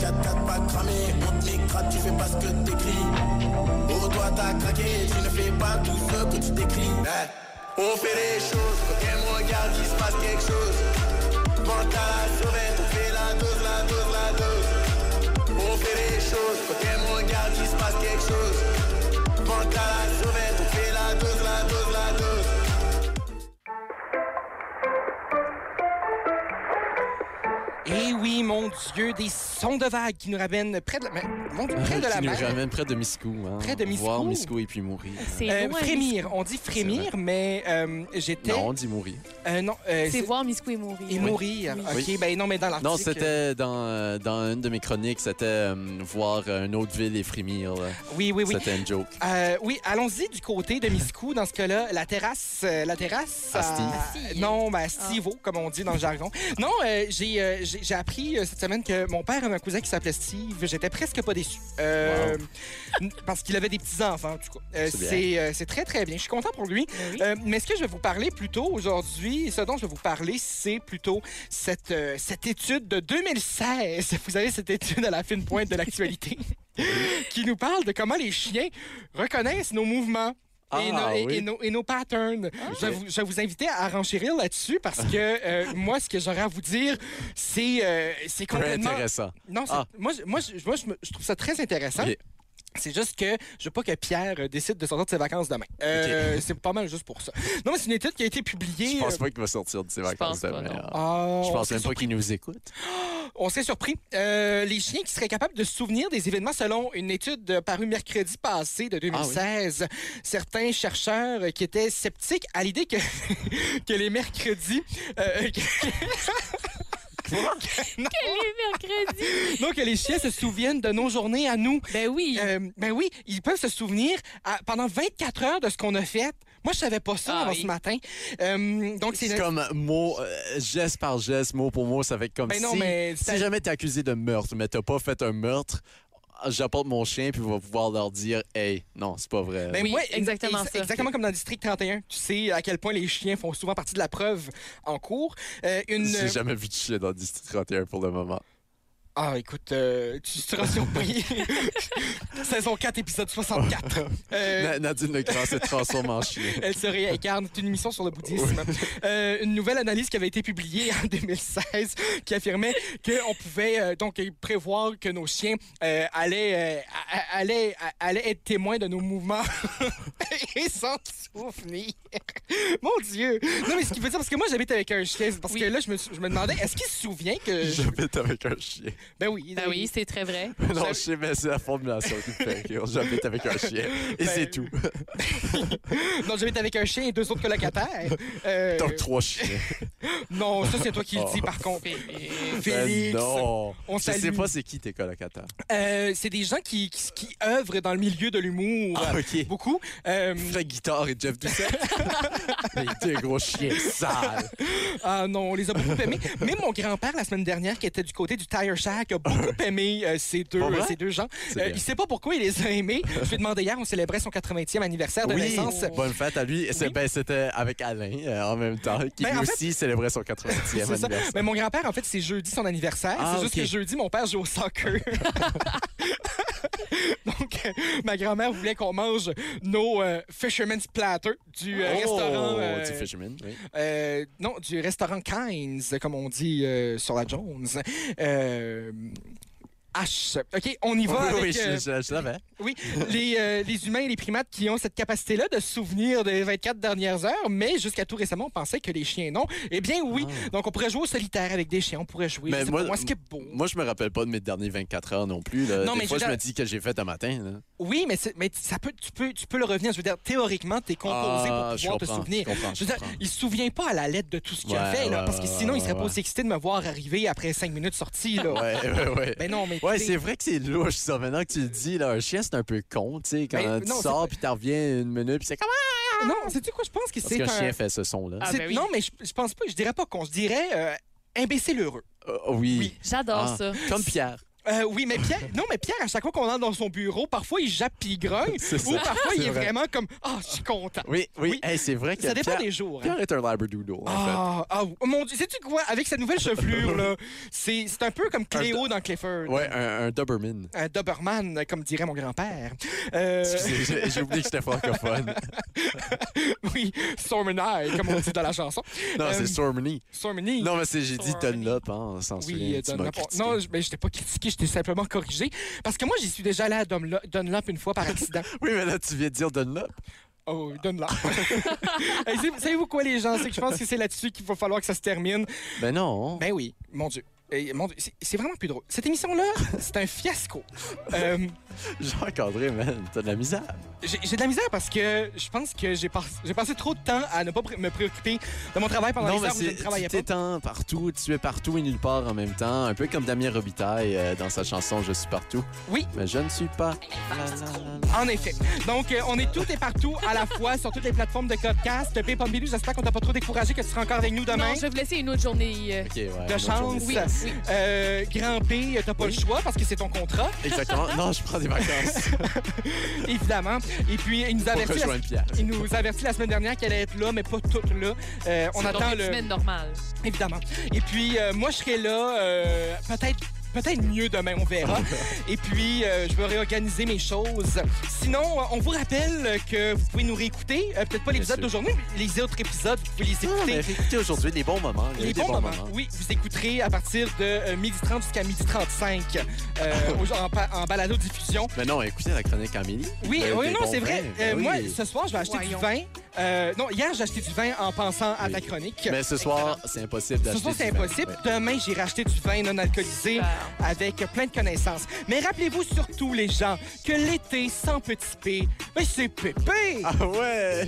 S8: J'attaque pas cramé, on te l'écrase, tu fais pas ce que t'écris. Pour toi t'as craqué, tu ne fais pas tout ce que tu décris. Hein? On fait les choses, faut qu'elle me regarde, il se passe quelque chose. Quand t'as la sauvette, on fait la dose, la dose, la dose. On fait les choses, faut qu'elle me regarde, il se passe quelque chose. Quand t'as la sauvette, on fait la dose, la dose, la dose.
S1: Eh oui, mon Dieu, des sons de vagues qui nous ramènent près de la, mer- mon Dieu, près de la
S3: Qui nous
S1: mer.
S3: ramène près de Miscou. hein.
S1: Près de Miscou.
S3: Voir Miscou et puis mourir.
S4: C'est
S1: Euh,
S4: loin,
S1: frémir, on dit frémir, mais euh, j'étais.
S3: Non, on dit mourir.
S1: Euh, non, euh,
S4: Miscou. C'est
S1: c'est-
S4: voir Miscou et mourir.
S1: Et mourir.
S3: Oui.
S1: OK, ben non, mais dans l'article.
S3: Non, c'était dans, euh, dans une de mes chroniques, c'était euh, voir euh, une autre ville et frémir. là.
S1: Oui, oui, oui.
S3: C'était une joke.
S1: Euh, oui, allons-y du côté de Miscou dans ce cas-là. La terrasse, euh, la terrasse. à-
S3: Asti.
S4: Asti.
S1: Non, ben Stivo, comme on dit dans le jargon. Non, euh, j'ai euh, j'ai- j'ai appris euh, cette semaine que mon père avait un cousin qui s'appelait Steve. J'étais presque pas déçu. Euh, n- Parce qu'il avait des petits enfants, en tout cas. Euh,
S3: C'est bien.
S1: C'est euh, c'est très très bien. Je suis content pour lui.
S4: Ben oui.
S1: Euh, mais ce que je vais vous parler plutôt aujourd'hui, ce dont je vais vous parler, c'est plutôt cette, euh, cette étude de 2016. Vous avez cette étude à la fine pointe de l'actualité qui nous parle de comment les chiens reconnaissent nos mouvements. Et,
S3: Ah,
S1: nos, et-
S3: oui. Ah,
S1: et nos- et nos patterns. Je, vais vous, je vais vous inviter à renchérir là-dessus parce que euh, moi, ce que j'aurais à vous dire, c'est euh, c'est
S3: Très
S1: complètement...
S3: intéressant.
S1: Non, c'est-
S3: Ah.
S1: moi, je- moi, je, moi, je me- je trouve ça très intéressant.
S3: Ok.
S1: C'est juste que je veux pas que Pierre euh, décide de sortir de ses vacances demain. Euh, C'est pas mal juste pour ça. Non, mais c'est une étude qui a été publiée. euh,
S3: Je pense pas qu'il va sortir de ses vacances
S4: pense pas,
S3: demain.
S4: non.
S3: hein.
S1: Ah,
S3: Je
S1: on
S3: pense
S1: serait
S3: même pas qu'il nous écoute.
S1: On serait surpris. Euh, les chiens qui seraient capables de se souvenir des événements selon une étude euh, parue mercredi passé
S3: Ah
S1: de 2016. Certains chercheurs euh, qui étaient sceptiques à l'idée que, que les mercredis... euh, que- que- non,
S4: Quel est mercredi?
S1: non, que les chiens se souviennent de nos journées à nous.
S4: Ben oui.
S1: Euh, ben oui, ils peuvent se souvenir à- pendant 24 heures de ce qu'on a fait. Moi, je savais pas ça
S4: Ah
S1: avant
S4: oui.
S1: ce matin. Euh, donc, c'est...
S3: C'est comme mot, euh, geste par geste, mot pour mot, ça fait comme
S1: Ben
S3: si.
S1: non, mais
S3: si
S1: t'as-
S3: jamais t'es accusé de meurtre, mais t'as pas fait un meurtre, j'apporte mon chien puis on va pouvoir leur dire, hey, non, c'est pas vrai.
S1: Ben
S4: Oui,
S1: ouais,
S4: exactement
S1: ex-
S4: ça.
S1: Exactement comme dans District 31. Tu sais à quel point les chiens font souvent partie de la preuve en cours. Euh, une...
S3: J'ai jamais vu de chien dans District 31 pour le moment.
S1: Ah, écoute, euh, tu seras surpris. Saison 4, épisode 64. Euh,
S3: Na- Nadine Legrand se transforme en chien.
S1: Elle se réincarne. C'est une mission sur le bouddhisme. Euh, une nouvelle analyse qui avait été publiée en 2016 qui affirmait qu'on pouvait euh, donc prévoir que nos chiens euh, allaient, euh, a- a- allaient, a- allaient être témoins de nos mouvements et s'en souvenir. Mon Dieu! Non, mais ce qui veut dire, parce que moi, j'habite avec un chien, parce que là, je me, suis- je me demandais, est-ce qu'il se souvient que.
S3: J'habite avec un chien.
S1: Ben oui.
S4: Ben oui, c'est très vrai.
S3: Non, je sais, mais c'est la formulation qui fait que j'habite avec un chien. Et
S1: Ben-
S3: c'est tout.
S1: Non, j'habite avec un chien et deux autres colocataires. Euh,
S3: Donc trois chiens.
S1: non, ça, c'est toi qui le dis, par contre. Félix.
S3: Ben non.
S1: on
S3: je sais
S1: salue.
S3: pas c'est qui tes colocataires.
S1: Euh, c'est des gens qui, qui, qui œuvrent dans le milieu de l'humour.
S3: Ah,
S1: euh,
S3: ok.
S1: Beaucoup. Euh,
S3: Fred Guitare et Jeff Doucette. Mais t'es un gros chien sale.
S1: ah non, on les a beaucoup aimés. Même mon grand-père, la semaine dernière, qui était du côté du Tire Shack, a beaucoup aimé euh, ces, deux,
S3: Ah Pas vrai?
S1: ces deux gens.
S3: C'est
S1: Euh,
S3: bien.
S1: il sait pas pourquoi il les a aimés. Je lui ai demandé hier, on célébrait son 80e anniversaire de
S3: Oui,
S1: naissance.
S3: bonne fête à lui. Et c'est-
S1: Oui.
S3: ben, C'était avec Alain euh, en même temps, qui
S1: Ben,
S3: lui
S1: en fait-
S3: aussi célébrait son
S1: C'est
S3: 80e
S1: ça.
S3: anniversaire.
S1: Mais mon grand-père, en fait, c'est jeudi son anniversaire.
S3: Ah,
S1: c'est juste
S3: ok.
S1: que jeudi, mon père joue au soccer. Donc, euh, ma grand-mère voulait qu'on mange nos euh, Fisherman's Platter du euh,
S3: Oh,
S1: restaurant. euh,
S3: du Fisherman, oui.
S1: Euh, non, du restaurant Kynes, comme on dit euh, sur la Jones. Euh, H. OK, on y va
S3: oui,
S1: avec...
S3: oui, je,
S1: euh,
S3: je- je l'avais.
S1: oui, les, euh, les humains et les primates qui ont cette capacité-là de se souvenir des 24 dernières heures, mais jusqu'à tout récemment, on pensait que les chiens non. Eh bien, oui. Donc, on pourrait jouer au solitaire avec des chiens, on pourrait jouer.
S3: Ah. Mais
S1: je sais
S3: moi-
S1: pas, moi, ce qui est beau.
S3: Moi, je me rappelle pas de mes derniers 24 heures non plus. Là.
S1: Non,
S3: Des
S1: mais
S3: fois,
S1: je
S3: je,
S1: veux
S3: me
S1: dire-
S3: dis que j'ai fait un matin. là.
S1: Oui, mais, c'est- mais ça peut, tu, peux, tu peux le revenir. Je veux dire, théoriquement, tu es composé
S3: Ah,
S1: pour pouvoir te
S3: comprends,
S1: souvenir.
S3: Je comprends,
S1: Je
S3: je
S1: veux dire,
S3: comprends.
S1: il se souvient pas à la lettre de tout ce qu'il a
S3: Ouais,
S1: fait, là,
S3: ouais,
S1: parce que
S3: ouais,
S1: sinon, il serait
S3: ouais,
S1: pas
S3: ouais.
S1: aussi excité de me voir arriver après cinq minutes sortie, là.
S3: Ouais, ouais, ouais.
S1: Ben non, mais.
S3: Ouais,
S1: tu sais,
S3: c'est vrai que c'est louche, ça. Maintenant que tu le dis, là, un chien, c'est un peu con, tu sais, quand
S1: Mais
S3: tu
S1: Ben, non, c'est
S3: sors puis tu reviens une minute puis c'est comme
S1: Non, sais-tu quoi? Je pense que
S3: Parce
S1: c'est
S3: qu'un
S1: un.
S3: chien fait ce son-là.
S4: Ah,
S1: c'est-
S4: ben oui.
S1: Non, mais je, je pense pas, je dirais pas con. Je dirais euh, imbécile heureux.
S3: Euh, oui.
S1: Oui.
S4: J'adore
S3: Ah,
S4: ça.
S3: Comme Pierre.
S1: Euh, oui, mais Pierre, non, mais Pierre, à chaque fois qu'on entre dans son bureau, parfois il jappe pis il grogne,
S3: C'est
S1: ou
S3: ça,
S1: parfois
S3: c'est
S1: il est
S3: vrai.
S1: vraiment comme Ah, je suis content.
S3: Oui,
S1: Oui.
S3: oui. Hey, c'est vrai que
S1: Ça dépend
S3: Pierre,
S1: des jours. hein.
S3: Pierre est un labradoodle, en
S1: Ah, ah, oh, mon Dieu, sais-tu quoi? Avec sa nouvelle chevelure, là, c'est c'est un peu comme Cléo dans Clifford.
S3: fait. Ouais, un, un Doberman.
S1: Un Doberman, comme dirait mon grand-père. Euh,
S3: Excusez, j'ai- j'ai oublié que j'étais francophone.
S1: oui, Sormony, comme on dit dans la chanson.
S3: Non,
S1: Euh,
S3: c'est Stormony.
S1: Sormony.
S3: Non, mais c'est- j'ai dit
S4: Stormony.
S3: Dunlop, hein, on s'en
S1: Oui,
S3: souvient.
S1: euh,
S3: tu m'as
S1: Dunlop.
S3: critiqué.
S1: Non, je- mais je t'ai pas critiqué, je t'ai simplement corrigé. Parce que moi, j'y suis déjà allé à Dunlo- Dunlop une fois par accident.
S3: Oui, mais là, tu viens de dire Dunlop.
S1: Oh, donne-la. Hey, savez- Savez-vous quoi, les gens? C'est que je pense que c'est là-dessus qu'il va falloir que ça se termine.
S3: Ben non.
S1: Ben oui, mon Dieu. Eh, mon Dieu, c'est- c'est vraiment plus drôle. Cette émission-là, c'est un fiasco. Euh,
S3: Jean-Cadré, man, t'as de la misère.
S1: j'ai j'ai de la misère parce que je pense que j'ai pas- j'ai passé trop de temps à ne pas pré- me préoccuper de mon travail pendant
S3: non,
S1: les
S3: mais
S1: heures où je ne
S3: c'est
S1: travaillais
S3: tu
S1: pas.
S3: t'étends partout, tu es partout et nulle part en même temps. Un peu comme Damien Robitaille euh, dans sa chanson Je suis partout.
S1: Oui.
S3: Mais je ne suis pas. La, la, la, la.
S1: En effet. Donc, euh, on est tout et partout à la fois sur toutes les plateformes de podcast. Paypal Bilou, j'espère qu'on t'a pas trop découragé, que tu seras encore avec nous demain.
S4: Non, je vais vous laisser une autre journée. euh,
S3: Ok, ouais, bonne
S1: De chance.
S3: journée.
S4: Oui, oui.
S1: Euh, grand P, t'as pas le choix parce que c'est ton contrat,
S3: Exactement. Non, je prends des vacances
S1: évidemment. Et puis, il nous
S3: pour
S1: avertit la
S3: rejoindre Pierre.
S1: Il nous avertit la semaine dernière qu'elle allait être là, mais pas toute là. Euh, on
S4: donc
S1: attend
S4: une
S1: le.
S4: semaine normale.
S1: Évidemment. Et puis, euh, moi, je serai là, euh, peut-être peut-être mieux demain, on verra. Et puis, euh, je vais réorganiser mes choses. Sinon, euh, on vous rappelle que vous pouvez nous réécouter. euh, peut-être pas l'épisode
S3: sûr.
S1: d'aujourd'hui, mais les autres épisodes, vous pouvez les
S3: Non,
S1: écouter.
S3: Ah, mais écoutez aujourd'hui les bons moments. Il y a eu
S1: Les
S3: des
S1: bons moments. Oui, vous écouterez à partir de euh, 12h30 jusqu'à 12h35 euh, au- en, pa- en balado-diffusion.
S3: Mais non, écoutez la chronique Amélie.
S1: Oui,
S3: Il y a eu
S1: oui,
S3: des
S1: non,
S3: bons
S1: c'est vrai.
S3: vins.
S1: Euh,
S3: Ben oui.
S1: Moi, ce soir, je vais acheter du vin. Euh, non, hier, j'ai acheté du vin en pensant à
S3: Oui.
S1: ta chronique.
S3: Mais ce soir, c'est impossible
S1: Ce
S3: d'acheter.
S1: soir, c'est
S3: du vin.
S1: impossible.
S3: Ouais.
S1: Demain, j'irai acheter du vin non alcoolisé avec plein de connaissances. Mais rappelez-vous surtout, les gens, que l'été sans petit P, ben c'est pépé!
S3: Ah ouais!